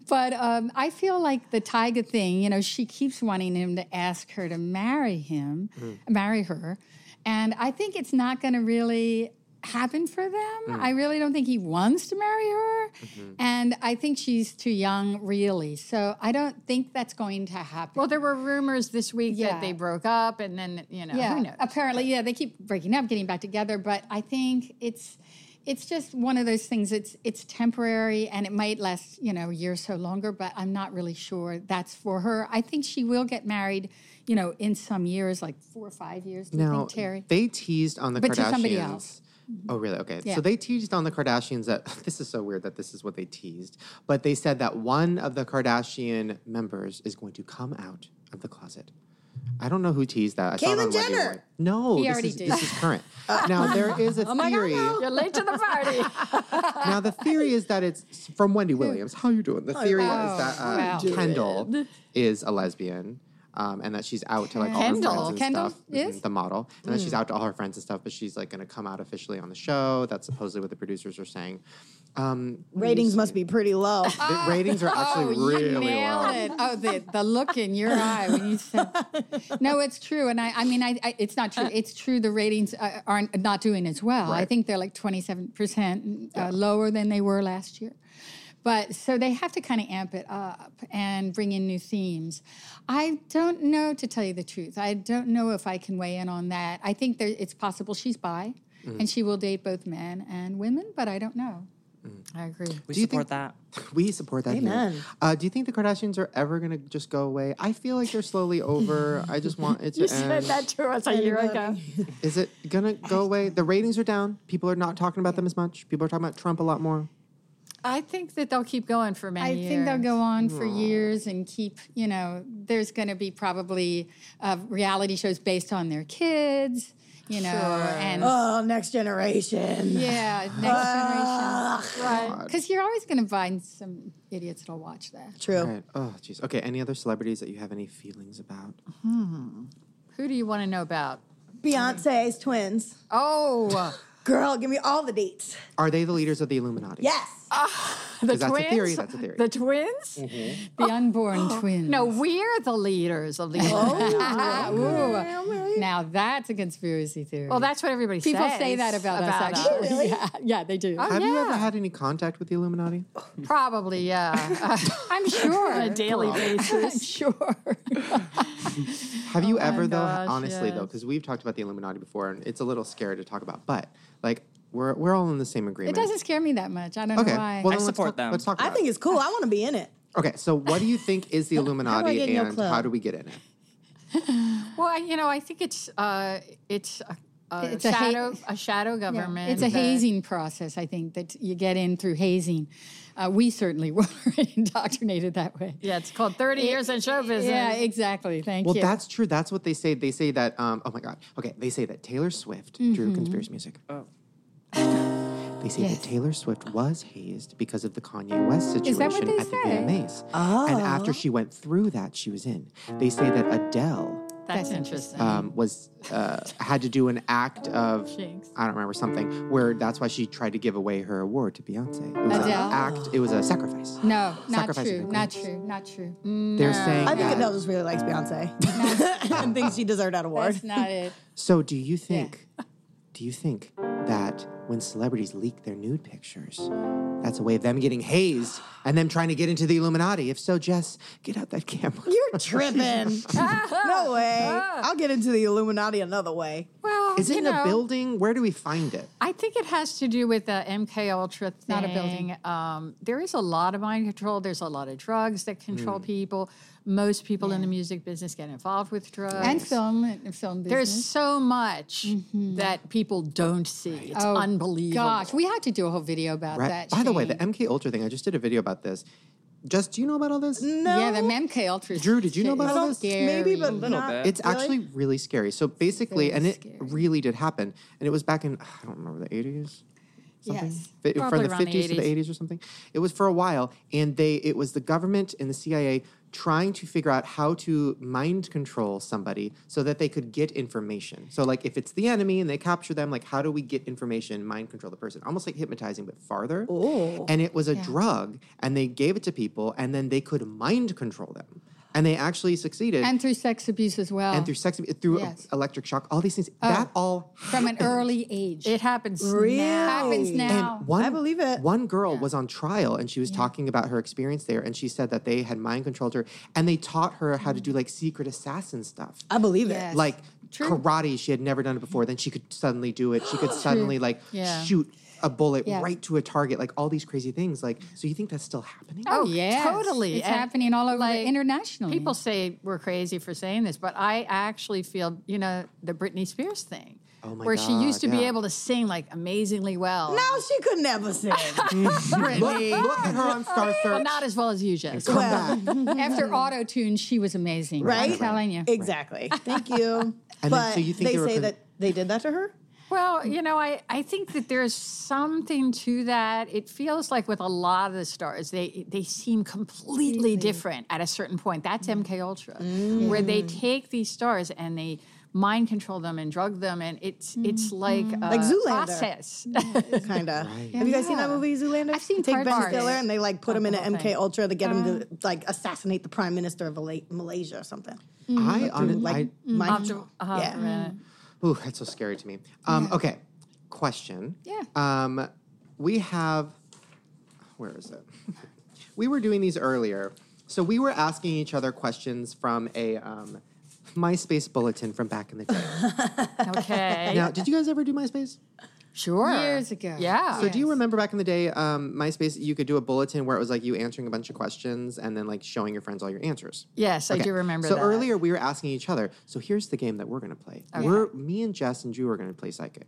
Speaker 6: But um, I feel like the Tyga thing, you know, she keeps wanting him to ask her to marry him, marry her. And I think it's not going to really happen for them. I really don't think he wants to marry her. And I think she's too young, really. So I don't think that's going to happen.
Speaker 5: Well, there were rumors this week
Speaker 6: Yeah.
Speaker 5: that they broke up, and then you know, who
Speaker 6: yeah,
Speaker 5: knows?
Speaker 6: apparently, yeah, they keep breaking up, getting back together. But I think it's. It's just one of those things. It's it's temporary, and it might last, you know, a year or so longer. But I'm not really sure that's for her. I think she will get married, you know, in some years, like four or five years. Do you
Speaker 1: Now,
Speaker 6: think, Terry?
Speaker 1: they teased on the
Speaker 6: But
Speaker 1: Kardashians.
Speaker 6: to somebody else.
Speaker 1: Oh, really? Okay.
Speaker 6: Yeah.
Speaker 1: So they teased on the Kardashians that this is so weird that this is what they teased, but they said that one of the Kardashian members is going to come out of the closet. I don't know who teased that. I saw it
Speaker 2: Caitlyn
Speaker 1: on Wendy
Speaker 2: Jenner.
Speaker 1: White. No,
Speaker 6: He
Speaker 1: this
Speaker 6: already
Speaker 1: is,
Speaker 6: did. Oh
Speaker 1: This is current. now there is a theory.
Speaker 5: You're late to the party.
Speaker 1: now the theory is that it's from Wendy Williams. How you doing? The theory is that uh, Kendall is a lesbian. Um, and that she's out to like all her friends
Speaker 5: Kendall.
Speaker 1: and
Speaker 6: Kendall
Speaker 1: stuff. Mhm,
Speaker 6: is?
Speaker 1: the model, and then she's out to all her friends and stuff. But she's like going to come out officially on the show. That's supposedly what the producers are saying. Um,
Speaker 2: Ratings must be pretty low.
Speaker 1: the ratings are actually really low.
Speaker 6: Oh, Nailed it. Oh, the, the look in your eye when you said. No, it's true, and I, I mean, I, I, it's not true. It's true. The ratings uh, aren't not doing as well. I
Speaker 1: Right.
Speaker 6: think they're like twenty seven percent uh, lower than they were last year. But so they have to kind of amp it up and bring in new themes. I don't know to tell you the truth. I don't know if I can weigh in on that. I think there, it's possible she's bi
Speaker 1: Mm.
Speaker 6: and she will date both men and women, but I don't know.
Speaker 1: Mm.
Speaker 5: I agree.
Speaker 7: We
Speaker 1: Do you
Speaker 7: support
Speaker 1: think-
Speaker 7: that.
Speaker 1: We support that. here.
Speaker 2: Amen.
Speaker 1: Uh, do you think the Kardashians are ever going to just go away? I feel like they're slowly over. I just want it to
Speaker 5: You
Speaker 1: end.
Speaker 5: said that to us a year ago.
Speaker 1: Is it gonna go away? The ratings are down. People are not talking about them as much. People are talking about Trump a lot more.
Speaker 5: I think that they'll keep going for many
Speaker 6: I
Speaker 5: years.
Speaker 6: think they'll go on for years and keep, you know, there's going to be probably uh, reality shows based on their kids, you know, and
Speaker 2: Oh, next generation.
Speaker 6: yeah, next generation.
Speaker 5: Right.
Speaker 6: Because you're always going to find some idiots that'll watch that.
Speaker 2: True.
Speaker 1: Right. Oh, jeez. Okay. Any other celebrities that you have any feelings about?
Speaker 5: Who do you want to know about?
Speaker 2: Beyonce's twins.
Speaker 5: Oh,
Speaker 2: Girl, give me all the dates.
Speaker 1: Are they the leaders of the Illuminati?
Speaker 2: Yes.
Speaker 5: The
Speaker 1: 'Cause that's a theory, that's a theory. Mm-hmm.
Speaker 5: The twins?
Speaker 6: The unborn twins.
Speaker 5: No, we're the leaders of the Illuminati.
Speaker 6: Ah, ooh. Now that's a conspiracy theory.
Speaker 5: well, that's what everybody says.
Speaker 6: people say that about, us. Actually, yeah, yeah, they do.
Speaker 1: Have you ever
Speaker 5: yeah.
Speaker 1: had any contact with the Illuminati?
Speaker 5: Probably, yeah.
Speaker 6: I'm sure.
Speaker 5: On a daily
Speaker 6: I'm
Speaker 5: basis.
Speaker 6: sure.
Speaker 1: Have you ever though?
Speaker 5: gosh,
Speaker 1: honestly though, because we've talked about the Illuminati before, and it's a little scary to talk about. But like, we're we're all in the same
Speaker 6: It
Speaker 1: agreement.
Speaker 6: doesn't scare me that much. I don't
Speaker 1: Okay.
Speaker 6: know
Speaker 1: Well,
Speaker 6: why.
Speaker 1: then
Speaker 6: I-
Speaker 1: let's
Speaker 4: support
Speaker 1: talk-
Speaker 4: them.
Speaker 1: Let's talk.
Speaker 2: I
Speaker 1: About
Speaker 2: think
Speaker 1: it.
Speaker 2: it's cool. I want to be in it.
Speaker 1: Okay, so what do you think is the Illuminati,
Speaker 2: get in your
Speaker 1: and
Speaker 2: club?
Speaker 1: how do we get in it?
Speaker 5: well, I- you know, I think it's uh, it's a, a
Speaker 6: It's a ha-
Speaker 5: shadow a, shadow government.
Speaker 6: It's a
Speaker 5: that-
Speaker 6: hazing process, I think, that you get in through hazing. Uh, we certainly were indoctrinated that way.
Speaker 5: Yeah, it's called 30 years in show business.
Speaker 6: Yeah, exactly. Thank
Speaker 1: Well,
Speaker 6: you.
Speaker 1: that's true. That's what they say. They say that. Um, oh my God. Okay, they say that Taylor Swift
Speaker 6: Mm-hmm.
Speaker 1: drew conspiracy music. Oh. They say that Taylor Swift was hazed because of the Kanye West
Speaker 6: Is that what
Speaker 1: situation
Speaker 6: they
Speaker 1: at the
Speaker 6: say? Oh.
Speaker 1: VMAs. And after she went through that, she was in. They say that Adele
Speaker 5: That's interesting.
Speaker 1: um, was uh, had to do an act of
Speaker 5: Jinx.
Speaker 1: I don't remember something where that's why she tried to give away her award to Beyonce. It was an
Speaker 6: Adele?
Speaker 1: act. It was a sacrifice.
Speaker 6: no, not
Speaker 1: Sacrificing
Speaker 6: true,
Speaker 1: her
Speaker 6: not true. Not true. Mm,
Speaker 5: Mm,
Speaker 1: They're saying
Speaker 2: I think
Speaker 1: that.
Speaker 2: Adele just really likes Beyonce and thinks she deserved that award.
Speaker 6: That's not it.
Speaker 1: So do you think do you think that when celebrities leak their nude pictures, that's a way of them getting hazed and them trying to get into the Illuminati? If so, Jess, get out that camera.
Speaker 2: You're tripping. no way. I'll get into the Illuminati another way.
Speaker 5: well,
Speaker 1: Is it
Speaker 5: you
Speaker 1: in
Speaker 5: know,
Speaker 1: a building? Where do we find it?
Speaker 5: I think it has to do with the MK Ultra thing.
Speaker 6: a building.
Speaker 5: Um, there is a lot of mind control. There's a lot of drugs that control people. Most people in the music business get involved with drugs.
Speaker 6: And film, and film business. Mm-hmm.
Speaker 5: There's so much that people don't see. It's
Speaker 6: Oh,
Speaker 5: unbelievable.
Speaker 6: Gosh, we had to do a whole video about that.
Speaker 1: By the way, the
Speaker 6: Shane.
Speaker 1: MK Ultra thing, I just did a video about this. Jess, do you know about all this?
Speaker 6: yeah, the MK Ultra.
Speaker 1: Drew, did you know about all this?
Speaker 2: Maybe, but
Speaker 4: little
Speaker 2: not
Speaker 4: bit.
Speaker 1: It's
Speaker 2: really.
Speaker 1: actually really scary. So basically,
Speaker 6: very
Speaker 1: and it
Speaker 6: scary.
Speaker 1: really did happen. And it was back in, I don't remember, the 80s? something?
Speaker 6: Yes.
Speaker 1: Fi-
Speaker 5: Probably
Speaker 1: from the
Speaker 5: around the
Speaker 1: 50s to the 80s or something. It was for a while, and they it was the government and the CIA trying to figure out how to mind control somebody so that they could get information. So like if it's the enemy and they capture them, like how do we get information, mind control the person? Almost like hypnotizing but farther. And it was a drug and they gave it to people and then they could mind control them. And they actually succeeded.
Speaker 6: And through sex abuse as well.
Speaker 1: and through sex through
Speaker 6: Yes.
Speaker 1: electric shock, all these things.
Speaker 5: Oh.
Speaker 1: That all
Speaker 6: from an early age.
Speaker 5: It happens
Speaker 2: Really?
Speaker 5: now.
Speaker 6: happens now.
Speaker 1: And one,
Speaker 2: I believe it.
Speaker 1: One girl was on trial and she was talking about her experience there, and she said that they had mind controlled her and they taught her how to do like secret assassin stuff.
Speaker 2: I believe it.
Speaker 6: Yes.
Speaker 1: Like karate, she had never done it before. Then she could suddenly do it. She could suddenly like
Speaker 5: Yeah.
Speaker 1: shoot a bullet
Speaker 6: Yeah.
Speaker 1: right to a target, like all these crazy things. Like, so you think that's still happening?
Speaker 6: oh,
Speaker 5: Oh,
Speaker 6: yeah.
Speaker 5: totally.
Speaker 6: It's
Speaker 5: And,
Speaker 6: happening all over
Speaker 5: like,
Speaker 6: internationally.
Speaker 5: People say we're crazy for saying this, but I actually feel, you know, the Britney Spears thing.
Speaker 1: Oh my
Speaker 5: where she used to
Speaker 1: God,
Speaker 5: be
Speaker 1: yeah.
Speaker 5: able to sing like amazingly well.
Speaker 2: No, she could never sing.
Speaker 1: Look, look at her on Star
Speaker 5: But
Speaker 1: Search.
Speaker 5: not as well as you, Jess.
Speaker 1: Come
Speaker 2: well,
Speaker 1: back.
Speaker 6: After auto tune, she was amazing. I'm
Speaker 2: Right?
Speaker 6: telling you.
Speaker 2: exactly. Thank you.
Speaker 1: then,
Speaker 2: but
Speaker 1: so you think
Speaker 2: they
Speaker 1: they were
Speaker 2: say
Speaker 1: con-
Speaker 2: that they did that to her?
Speaker 5: Well, you know, I, I think that there's something to that. It feels like with a lot of the stars, they they seem completely, different at a certain point. That's MK Ultra, where they take these stars and they mind control them and drug them, and it's it's like a
Speaker 2: Zoolander.
Speaker 5: process.
Speaker 2: Kind of. Have you guys seen that movie Zoolander?
Speaker 6: I've seen
Speaker 2: Take
Speaker 6: parts
Speaker 2: Ben
Speaker 6: of it.
Speaker 2: Stiller and they like put him in
Speaker 5: the
Speaker 2: an
Speaker 5: whole
Speaker 2: MK
Speaker 5: thing.
Speaker 2: Ultra to get him to like assassinate the prime minister of Malay- Malaysia or something.
Speaker 1: I honestly,
Speaker 2: Like mind control.
Speaker 5: Uh,
Speaker 2: yeah.
Speaker 1: Ooh, that's so scary to me. Um, Okay, question.
Speaker 6: Yeah.
Speaker 1: Um, we have, where is it? we were doing these earlier. So we were asking each other questions from a um, MySpace bulletin from back in the day.
Speaker 5: Okay.
Speaker 1: now, did you guys ever do MySpace?
Speaker 5: Sure.
Speaker 6: Years ago.
Speaker 5: Yeah.
Speaker 1: So do you remember back in the day, um, MySpace, you could do a bulletin where it was like you answering a bunch of questions and then like showing your friends all your answers?
Speaker 5: yes, I do remember
Speaker 1: so
Speaker 5: that.
Speaker 1: earlier we were asking each other. So here's the game that we're going to play. We're me and Jess and Drew are going to play psychic.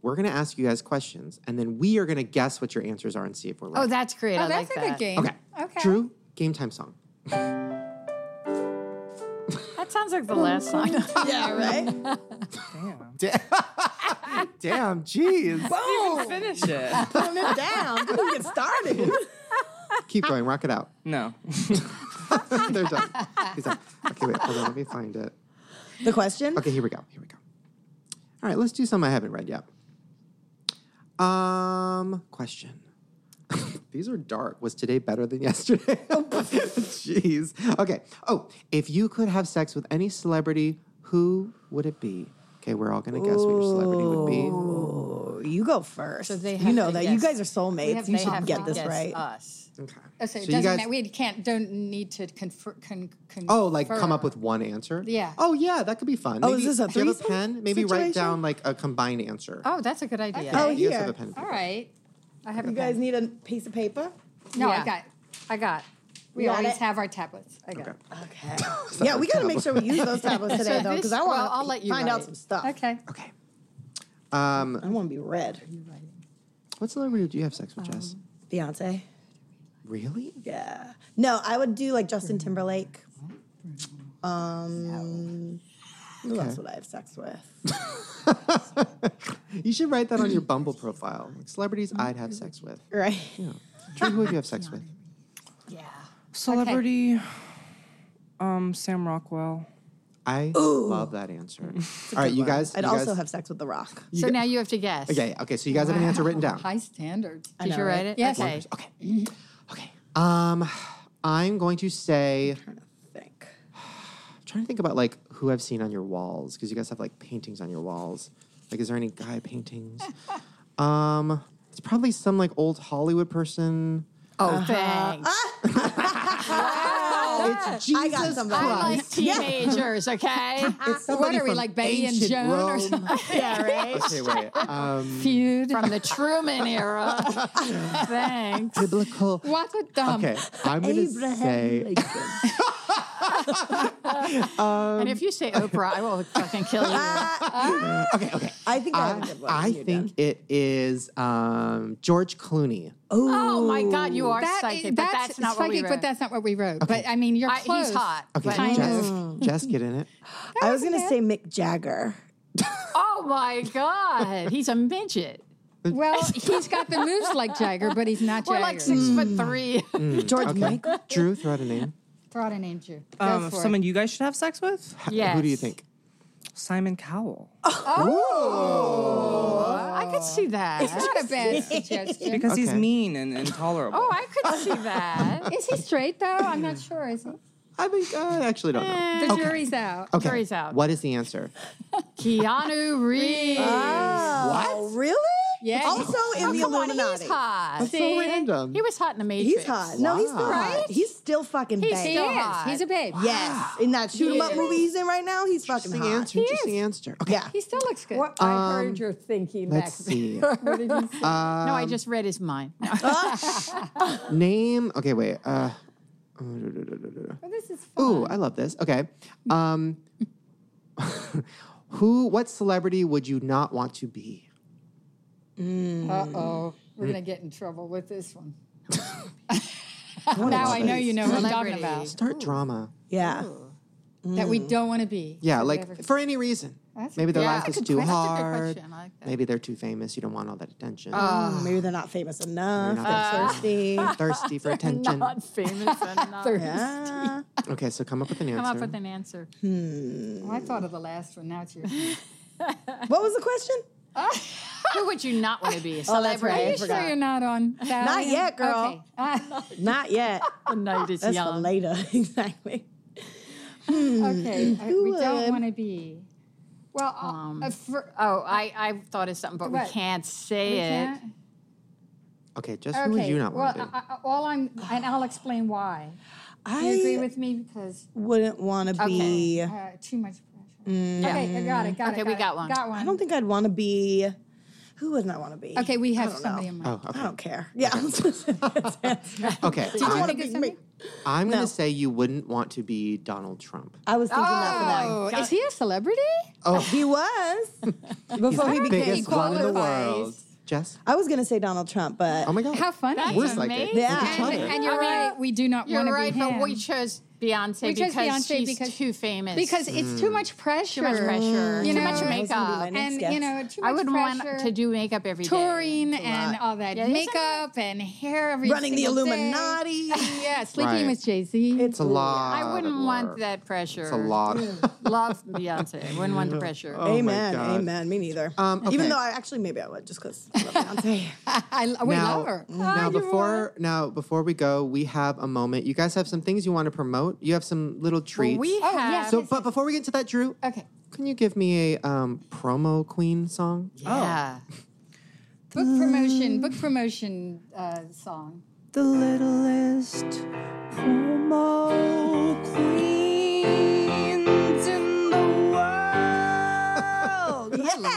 Speaker 1: We're going to ask you guys questions, and then we are going to guess what your answers are and see if we're right.
Speaker 5: Oh, that's great.
Speaker 6: Oh,
Speaker 5: I
Speaker 6: that's
Speaker 5: like
Speaker 6: a
Speaker 5: that.
Speaker 6: good game.
Speaker 1: okay.
Speaker 6: Okay.
Speaker 1: Drew, game time song.
Speaker 5: That sounds like the last song.
Speaker 2: Yeah, right?
Speaker 1: Damn, jeez.
Speaker 4: Finish it.
Speaker 2: Put him down. People get started.
Speaker 1: Keep going. Rock it out.
Speaker 4: No.
Speaker 1: They're done. He's done. Okay, wait. Hold on. Let me find it.
Speaker 2: The question?
Speaker 1: Okay, here we go. Here we go. All right, let's do some I haven't read yet. Um, question. These are dark. Was today better than yesterday? Jeez. Okay. Oh, if you could have sex with any celebrity, who would it be? Okay, we're all gonna guess what your celebrity would be.
Speaker 2: Oh, you go first. So
Speaker 5: they
Speaker 2: you
Speaker 5: have
Speaker 2: know
Speaker 5: to
Speaker 2: that you
Speaker 5: guess-
Speaker 2: guys are soulmates. You
Speaker 5: They have
Speaker 2: should
Speaker 5: to
Speaker 2: get this
Speaker 5: guess uh,
Speaker 2: right.
Speaker 5: Us.
Speaker 1: Okay.
Speaker 6: Oh, so it
Speaker 1: So you
Speaker 6: doesn't
Speaker 1: guys-
Speaker 6: matter. We can't, don't need to confer, con, con,
Speaker 1: Oh, like come up with
Speaker 6: confer.
Speaker 1: one answer?
Speaker 6: Yeah.
Speaker 1: Oh yeah, that could be fun.
Speaker 2: Oh, is
Speaker 1: maybe,
Speaker 2: this a
Speaker 1: if you have a
Speaker 2: threesome
Speaker 1: pen, maybe write
Speaker 2: situation?
Speaker 1: down like a combined answer.
Speaker 5: Oh, that's a good idea.
Speaker 6: Okay.
Speaker 2: Oh,
Speaker 1: You guys have a
Speaker 2: here.
Speaker 1: pen.
Speaker 6: All right. I have
Speaker 2: You
Speaker 6: a
Speaker 2: guys
Speaker 6: pen.
Speaker 2: need a piece of paper?
Speaker 6: No,
Speaker 5: Yeah.
Speaker 6: I got. I got. We
Speaker 2: You got
Speaker 6: always
Speaker 2: it?
Speaker 6: have our tablets. I got.
Speaker 1: Okay.
Speaker 2: Okay. yeah, we got to make sure we use those tablets today, though, because I
Speaker 5: this-
Speaker 2: want
Speaker 5: well,
Speaker 2: to
Speaker 5: I'll let you
Speaker 2: find out
Speaker 5: write.
Speaker 2: some stuff.
Speaker 6: Okay.
Speaker 1: Okay. Um,
Speaker 2: I want to be red.
Speaker 1: what celebrity do you have sex with, Jess?
Speaker 2: Um, Beyonce.
Speaker 1: Really?
Speaker 2: Yeah. No, I would do like Justin Timberlake. Um, who else would I have sex with?
Speaker 1: You should write that on your Bumble profile. Like celebrities
Speaker 6: Mm-hmm.
Speaker 1: I'd have sex with.
Speaker 2: Right.
Speaker 1: Yeah. Drew, who would you have sex with?
Speaker 6: Yeah.
Speaker 7: Celebrity. Um, Sam Rockwell.
Speaker 1: I love that answer. All right, you guys.
Speaker 2: I'd
Speaker 1: you
Speaker 2: also
Speaker 1: guys-
Speaker 2: have sex with The Rock.
Speaker 5: So now you have to guess.
Speaker 1: Okay, yeah, okay. So you guys have an answer written down.
Speaker 6: High standards.
Speaker 5: Did you
Speaker 2: know, right?
Speaker 5: write it?
Speaker 6: Yes.
Speaker 5: Okay.
Speaker 1: Okay. Okay. Um, I'm going to say.
Speaker 2: I think.
Speaker 1: I'm trying to think about like who I've seen on your walls because you guys have like paintings on your walls. Like, is there any guy paintings? um, it's probably some like old Hollywood person.
Speaker 5: Oh, thanks. Ah!
Speaker 1: It's Jesus
Speaker 2: I got somebody.
Speaker 5: I like teenagers, okay?
Speaker 1: It's
Speaker 6: So Ah, what
Speaker 1: somebody
Speaker 6: are we
Speaker 1: from
Speaker 6: like Betty and
Speaker 1: ancient
Speaker 6: Joan or
Speaker 1: Rome.
Speaker 6: something?
Speaker 5: yeah, right?
Speaker 1: Okay, wait. Um,
Speaker 6: Feud.
Speaker 5: From the Truman era. thanks.
Speaker 1: biblical.
Speaker 6: What's with them?
Speaker 1: Okay, I'm gonna say.
Speaker 5: and if you say Oprah, I will fucking kill you. Ah.
Speaker 2: I think I, have a
Speaker 1: I,
Speaker 2: good one.
Speaker 1: I
Speaker 2: You're
Speaker 1: think it is um, George Clooney.
Speaker 5: Oh my God, you are
Speaker 6: That i-
Speaker 5: psychic, but that's not what
Speaker 6: psychic,
Speaker 5: we wrote.
Speaker 6: but that's not what we wrote. But I mean, you're
Speaker 5: I- he's
Speaker 6: close.
Speaker 5: hot, Okay, but-
Speaker 6: kind
Speaker 1: Jess,
Speaker 6: of.
Speaker 1: Jess, get in it.
Speaker 2: done. I was going to say Mick Jagger.
Speaker 5: oh my God, he's a midget.
Speaker 6: Well, he's got the moves like Jagger, but he's not
Speaker 5: We're
Speaker 6: Jagger.
Speaker 5: like six foot three.
Speaker 2: George Michael.
Speaker 1: Drew, throw out a name.
Speaker 6: Throw out a name, Drew. Go
Speaker 7: Um,
Speaker 6: for it.
Speaker 7: someone you guys should have sex with.
Speaker 5: yes.
Speaker 1: Who do you think?
Speaker 7: Simon Cowell.
Speaker 5: Oh, I could see that.
Speaker 6: Not a bad suggestion.
Speaker 7: Because he's
Speaker 1: Okay.
Speaker 7: mean and intolerable.
Speaker 5: Oh, I could see that.
Speaker 6: Is he straight though? I'm not sure. Is he?
Speaker 1: I think I actually don't know.
Speaker 6: The jury's out.
Speaker 1: Okay.
Speaker 5: Jury's out.
Speaker 1: What is the answer?
Speaker 5: Keanu Reeves. Oh,
Speaker 2: Oh, really?
Speaker 6: Yeah.
Speaker 2: Also in the
Speaker 5: Come on,
Speaker 2: Illuminati.
Speaker 5: he's hot.
Speaker 1: So random.
Speaker 5: He was hot in the Matrix.
Speaker 2: He's hot. No, he's still hot. He's still fucking
Speaker 5: He's
Speaker 2: banging.
Speaker 6: He
Speaker 5: still
Speaker 6: is.
Speaker 5: hot.
Speaker 6: He's a babe.
Speaker 2: Yes, in that shoot 'em up
Speaker 5: is.
Speaker 2: movie he's in right now, he's fucking
Speaker 1: Interesting
Speaker 2: hot.
Speaker 1: answer. Interesting answer. Okay.
Speaker 2: Yeah.
Speaker 6: He still looks good.
Speaker 8: What I heard you're thinking
Speaker 1: Let's
Speaker 8: back
Speaker 1: see.
Speaker 6: What did you say?
Speaker 5: no, I just read his mind. No.
Speaker 1: Name. Okay, wait. Uh,
Speaker 6: this is fun.
Speaker 1: ooh, I love this. Okay. Um, who? What celebrity would you not want to be?
Speaker 6: Uh oh. We're going to get in trouble with this one. now I know you know what I'm talking
Speaker 5: Celebrity.
Speaker 6: about.
Speaker 1: Start drama.
Speaker 2: Yeah.
Speaker 6: That we don't want to be.
Speaker 1: Yeah,
Speaker 6: So we
Speaker 1: like
Speaker 6: have a-
Speaker 1: for any reason.
Speaker 6: That's-
Speaker 1: Maybe their
Speaker 5: yeah,
Speaker 1: life
Speaker 5: that's
Speaker 1: is
Speaker 5: a good
Speaker 1: too
Speaker 5: question. That's a good
Speaker 1: hard.
Speaker 5: question. I like that. Oh.
Speaker 1: Maybe they're too famous. You don't want all that attention.
Speaker 2: Mm, Maybe they're not famous enough.
Speaker 1: They're
Speaker 2: They're,
Speaker 1: not
Speaker 2: thirsty.
Speaker 1: Thirsty for attention.
Speaker 5: Not famous enough.
Speaker 2: Yeah.
Speaker 1: Okay, so come up with an answer.
Speaker 5: Come up with an answer.
Speaker 6: Oh, I thought of the last one. Now it's your. Are
Speaker 2: What was the question?
Speaker 5: Who would you not want to be? A
Speaker 2: Oh, that's
Speaker 5: celebrity.
Speaker 2: right. I
Speaker 6: you sure
Speaker 2: forgot.
Speaker 6: you're not on that?
Speaker 2: Not yet, girl.
Speaker 6: Okay. Ah,
Speaker 2: Not yet.
Speaker 5: The night is
Speaker 2: That's for
Speaker 5: young.
Speaker 2: later. exactly.
Speaker 6: okay. Uh, we
Speaker 2: would? Um,
Speaker 6: don't want to be. Well, uh, uh, for,
Speaker 5: Oh, I, I thought of something, but
Speaker 6: What?
Speaker 5: we can't say
Speaker 6: we
Speaker 5: it.
Speaker 6: can't.
Speaker 1: okay, just
Speaker 6: Okay.
Speaker 1: who would you not
Speaker 6: well,
Speaker 1: want to be?
Speaker 6: I, I, all I'm, and I'll explain why.
Speaker 2: I
Speaker 6: Do you agree with me? Because
Speaker 2: wouldn't want to be.
Speaker 6: uh, too much pressure. Okay, I got it. Got
Speaker 5: Okay,
Speaker 6: it.
Speaker 5: we
Speaker 6: it,
Speaker 5: got one.
Speaker 6: Got one.
Speaker 2: Mm, I don't think I'd want to be. Who wouldn't I want to be?
Speaker 6: Okay, we have somebody in mind.
Speaker 1: oh,
Speaker 2: I
Speaker 1: okay.
Speaker 2: don't care. Yeah. I'm just-
Speaker 1: Okay,
Speaker 2: I
Speaker 1: I'm,
Speaker 2: want to be me.
Speaker 1: I'm gonna say you wouldn't want to be Donald Trump.
Speaker 2: I was thinking that for
Speaker 6: Oh,
Speaker 5: Got-
Speaker 6: is he a celebrity?
Speaker 5: Oh,
Speaker 2: that. He was before he became.
Speaker 1: Biggest one in the
Speaker 6: qualifies.
Speaker 1: world. Jess.
Speaker 2: I was gonna say Donald Trump, but
Speaker 1: Oh my god.
Speaker 6: How funny.
Speaker 1: We're
Speaker 5: That's
Speaker 1: psychic.
Speaker 5: amazing.
Speaker 1: Look
Speaker 2: Yeah.
Speaker 1: at each
Speaker 6: and,
Speaker 1: other.
Speaker 6: and you're
Speaker 5: I mean,
Speaker 6: right. We do not
Speaker 5: You're
Speaker 6: want to
Speaker 5: right,
Speaker 6: be him.
Speaker 5: but we chose Beyonce
Speaker 6: We chose
Speaker 5: because
Speaker 6: Beyonce
Speaker 5: she's
Speaker 6: because-
Speaker 5: too famous.
Speaker 6: because it's
Speaker 2: Hmm.
Speaker 6: too much pressure.
Speaker 5: too much pressure,
Speaker 6: You
Speaker 5: too
Speaker 6: know,
Speaker 5: much
Speaker 6: that was
Speaker 2: gonna be my
Speaker 5: makeup.
Speaker 2: next
Speaker 6: and
Speaker 2: guess.
Speaker 6: you know, too much
Speaker 5: I would
Speaker 6: pressure.
Speaker 5: want to do makeup every day.
Speaker 6: touring and all that
Speaker 5: Yeah, isn't it?
Speaker 6: makeup and hair every
Speaker 2: Running the
Speaker 6: single day.
Speaker 2: Illuminati.
Speaker 6: yeah, sleeping
Speaker 1: Right.
Speaker 6: with Jay Z.
Speaker 2: It's
Speaker 1: a lot.
Speaker 5: I wouldn't
Speaker 1: of
Speaker 5: want
Speaker 1: work.
Speaker 5: that pressure.
Speaker 1: It's a lot.
Speaker 5: Love Beyonce. I wouldn't want the pressure.
Speaker 1: Oh my
Speaker 2: amen.
Speaker 1: God.
Speaker 2: amen. Me neither.
Speaker 1: Um,
Speaker 2: Even
Speaker 1: okay.
Speaker 2: though I actually maybe I would just because Beyonce.
Speaker 6: I, we love her.
Speaker 1: Now before now before we go, we have a moment. You guys have some things you want to promote. You have some little treats.
Speaker 5: We
Speaker 6: Oh,
Speaker 5: have
Speaker 6: yes.
Speaker 1: so, but before we get to that, Drew,
Speaker 6: Okay.
Speaker 1: can you give me a um, promo queen song?
Speaker 5: yeah.
Speaker 6: Book promotion, book promotion uh, song.
Speaker 7: the littlest promo queens in the world.
Speaker 2: yeah.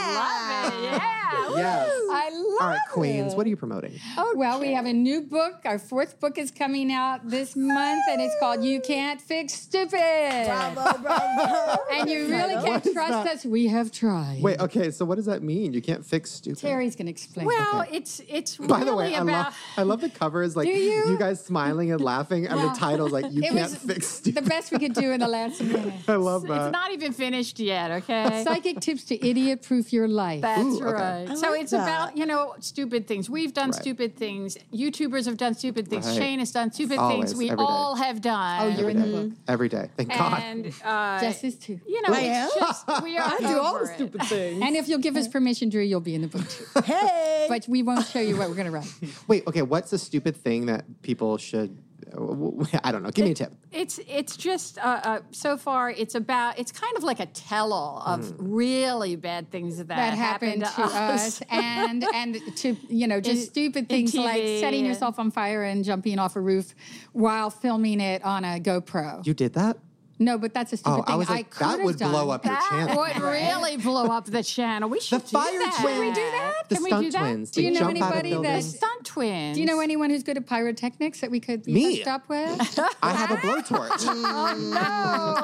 Speaker 5: Yeah.
Speaker 1: Yes.
Speaker 6: I love
Speaker 1: All right, queens.
Speaker 6: it.
Speaker 1: What are you promoting?
Speaker 6: Oh, well, we have a new book. Our fourth book is coming out this month, and it's called You Can't Fix Stupid.
Speaker 2: Bravo, bravo.
Speaker 6: And you really can't
Speaker 1: is
Speaker 6: trust
Speaker 1: that?
Speaker 6: us. We have tried.
Speaker 1: Wait, okay. So, what does that mean? You can't fix stupid.
Speaker 6: Terry's going to explain.
Speaker 5: Well, it's it's
Speaker 1: By
Speaker 5: really
Speaker 1: the way, I
Speaker 5: about
Speaker 1: love I love the covers like
Speaker 6: Do you?
Speaker 1: guys smiling and laughing, and the title's like you
Speaker 6: it
Speaker 1: can't
Speaker 6: was
Speaker 1: fix
Speaker 6: the
Speaker 1: stupid.
Speaker 6: best we could do in the last minute.
Speaker 1: I love
Speaker 5: it's
Speaker 1: that.
Speaker 5: not even finished yet, okay?
Speaker 6: Psychic tips to idiot proof your life.
Speaker 5: That's
Speaker 1: Ooh, okay.
Speaker 5: right. so
Speaker 2: like
Speaker 5: it's
Speaker 2: that.
Speaker 5: about, you know, stupid things. We've done
Speaker 1: Right.
Speaker 5: stupid things. YouTubers have done stupid things.
Speaker 1: Right.
Speaker 5: Shane has done stupid
Speaker 1: Always,
Speaker 5: things. We
Speaker 1: every day.
Speaker 5: all have done.
Speaker 6: oh, you're in the book.
Speaker 1: Every day, thank God.
Speaker 5: and uh,
Speaker 6: Jess is too.
Speaker 5: you know,
Speaker 2: I
Speaker 5: it's
Speaker 2: am?
Speaker 5: just we are
Speaker 2: I do all
Speaker 5: over
Speaker 2: the
Speaker 5: it.
Speaker 2: stupid things.
Speaker 6: And if you'll give us permission, Drew, you'll be in the book too.
Speaker 2: hey.
Speaker 6: But we won't show you what we're going to write.
Speaker 1: Wait, okay. What's the stupid thing that people should? uh, I don't know. Give me a tip.
Speaker 5: It's it's just uh, uh, so far it's about it's kind of like a tell-all of really bad things that,
Speaker 6: That happened to us, and and to you know just
Speaker 5: In- in
Speaker 6: stupid things like
Speaker 5: TV,
Speaker 6: setting
Speaker 5: yeah.
Speaker 6: yourself on fire and jumping off a roof while filming it on a GoPro.
Speaker 1: You did that?
Speaker 6: no, but that's a stupid
Speaker 1: Oh,
Speaker 6: thing.
Speaker 1: I was like,
Speaker 6: could
Speaker 1: that
Speaker 6: have
Speaker 1: would blow
Speaker 6: done.
Speaker 1: up your
Speaker 5: That
Speaker 1: channel.
Speaker 5: would really blow up the channel. We should do
Speaker 1: fire
Speaker 5: that.
Speaker 1: twins.
Speaker 5: Can we do that?
Speaker 1: The
Speaker 5: Can we
Speaker 1: stunt
Speaker 5: do that?
Speaker 1: twins.
Speaker 6: Do
Speaker 1: they
Speaker 6: you know
Speaker 1: jump out of
Speaker 6: anybody that-
Speaker 5: The
Speaker 1: buildings.
Speaker 5: stunt twins.
Speaker 6: Do you know anyone who's good at pyrotechnics that we could
Speaker 1: Me.
Speaker 6: use up with?
Speaker 1: I have a blowtorch.
Speaker 2: I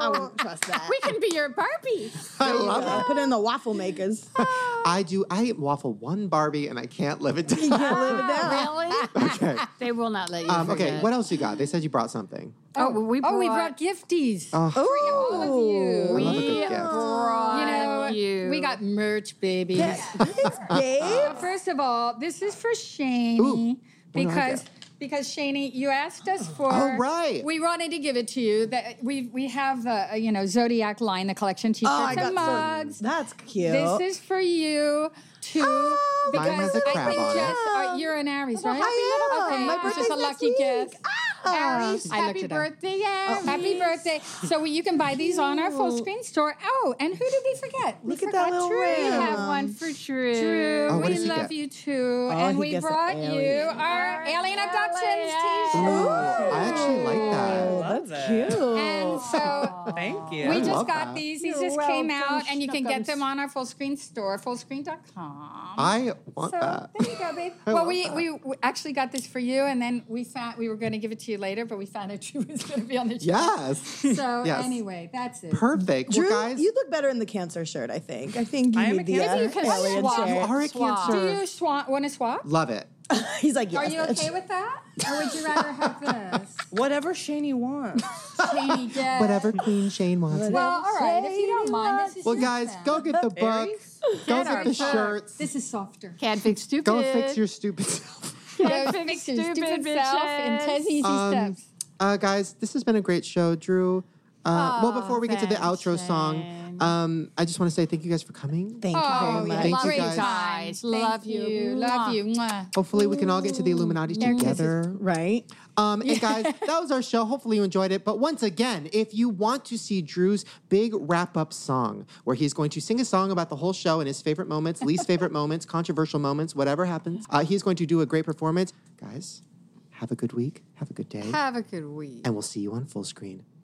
Speaker 2: wouldn't trust that.
Speaker 5: We can be your Barbie.
Speaker 1: I love it.
Speaker 2: I'll put it in the waffle makers.
Speaker 1: I do. I waffle one Barbie and I can't live it down.
Speaker 2: Can't live it down.
Speaker 5: Oh, Really?
Speaker 1: okay.
Speaker 5: They will not let you.
Speaker 1: Um, okay.
Speaker 5: forget.
Speaker 1: What else you got? They said you brought something.
Speaker 5: Oh, well, we brought,
Speaker 6: oh, we brought gifties.
Speaker 1: Oh.
Speaker 2: Ooh.
Speaker 1: I
Speaker 5: We
Speaker 1: love a good gift.
Speaker 5: brought
Speaker 6: you know,
Speaker 5: you.
Speaker 6: we got merch, babies.
Speaker 2: Thanks, babe.
Speaker 6: First of all, this is for Shaney
Speaker 1: Ooh, what do I
Speaker 6: because
Speaker 1: get?
Speaker 6: because Shaney, you asked us for.
Speaker 1: Oh, right.
Speaker 6: We wanted to give it to you. That we we have a, you know Zodiac line, the collection T-shirts
Speaker 2: Oh, I
Speaker 6: and
Speaker 2: got some-
Speaker 6: mugs.
Speaker 2: That's cute.
Speaker 6: This is for you too.
Speaker 1: Mine has
Speaker 6: because
Speaker 1: a
Speaker 6: I
Speaker 1: crab
Speaker 6: think
Speaker 1: on it.
Speaker 6: Jess, are, you're an Aries, right?
Speaker 2: I am.
Speaker 6: Okay,
Speaker 2: Oh, My
Speaker 6: it's
Speaker 2: birthday's
Speaker 6: just a
Speaker 2: next
Speaker 6: lucky
Speaker 2: week. Ah.
Speaker 6: gift.
Speaker 5: Aries.
Speaker 6: I
Speaker 5: Happy
Speaker 6: looked it up. Oh,
Speaker 5: birthday, Aries.
Speaker 6: Happy birthday! So we- you can buy these on our full screen store. Oh, and who did we forget? We
Speaker 2: Look at
Speaker 6: forgot
Speaker 2: that little
Speaker 6: Drew.
Speaker 5: We
Speaker 2: ring.
Speaker 5: have one for Drew.
Speaker 6: Drew,
Speaker 1: Oh, what
Speaker 6: we
Speaker 1: does he
Speaker 6: love
Speaker 1: get? Oh,
Speaker 6: you too, and
Speaker 2: he
Speaker 6: we
Speaker 2: gets an
Speaker 6: brought you
Speaker 2: alien.
Speaker 6: our alien abductions
Speaker 5: alien.
Speaker 6: T-shirt.
Speaker 1: I actually like that.
Speaker 2: That's cute.
Speaker 6: And so
Speaker 7: Thank you.
Speaker 6: we
Speaker 1: love
Speaker 6: just got
Speaker 1: that.
Speaker 6: these. These just came out, and you can get them on our full screen store, fullscreen.com.
Speaker 1: I want
Speaker 6: so
Speaker 1: that.
Speaker 6: there you go, babe.
Speaker 1: I
Speaker 6: well,
Speaker 1: love
Speaker 6: we,
Speaker 1: that.
Speaker 6: we we actually got this for you, and then we found we were going to give it to you later, but we found out Drew was going to be on the show.
Speaker 1: Yes.
Speaker 6: So
Speaker 1: Yes.
Speaker 6: anyway, that's it.
Speaker 1: Perfect.
Speaker 2: Drew,
Speaker 1: well, guys,
Speaker 2: you look better in the cancer shirt, I think. I think you
Speaker 7: I am a
Speaker 2: need the
Speaker 7: cancer-
Speaker 2: uh,
Speaker 7: Maybe you
Speaker 5: can
Speaker 2: alien
Speaker 5: swap.
Speaker 2: shirt.
Speaker 5: You
Speaker 1: are a
Speaker 5: Swap.
Speaker 1: cancer.
Speaker 6: Do you swa- want to swap?
Speaker 1: love it.
Speaker 2: He's like, yes.
Speaker 6: Are you okay with that? Or would you rather have this?
Speaker 7: Whatever Shaney wants.
Speaker 6: Teeny dead.
Speaker 1: Whatever Queen Shane wants.
Speaker 6: Well, all right, if you don't mind, this is
Speaker 1: Well,
Speaker 6: your
Speaker 1: guys,
Speaker 6: sound.
Speaker 1: go get the book. Go get the shirts.
Speaker 6: This is softer.
Speaker 5: Can't fix stupid.
Speaker 1: Go fix your stupid self.
Speaker 6: Go
Speaker 5: fix
Speaker 6: fix your
Speaker 5: stupid
Speaker 6: stupid self and
Speaker 5: bitches.
Speaker 6: 10 easy
Speaker 1: Um,
Speaker 6: steps.
Speaker 1: uh, guys, this has been a great show, Drew. Uh, well, before we get to the
Speaker 5: thanks,
Speaker 1: outro song,
Speaker 5: Shane.
Speaker 1: um, I just want to say thank you guys for coming.
Speaker 2: Thank you very much.
Speaker 1: Thank you,
Speaker 6: Love
Speaker 1: guys.
Speaker 5: guys.
Speaker 6: Oh, Thank
Speaker 5: Love you.
Speaker 6: Love you. Mwah.
Speaker 1: Hopefully, we can all get to the Illuminati together.
Speaker 2: Right?
Speaker 1: Um, and guys, that was our show. Hopefully, you enjoyed it. But once again, if you want to see Drew's big wrap up song, where he's going to sing a song about the whole show and his favorite moments, least favorite moments, controversial moments, whatever happens, uh, he's going to do a great performance. Guys, have a good week, have a good day,
Speaker 5: Have a good week.
Speaker 1: and we'll see you on full screen.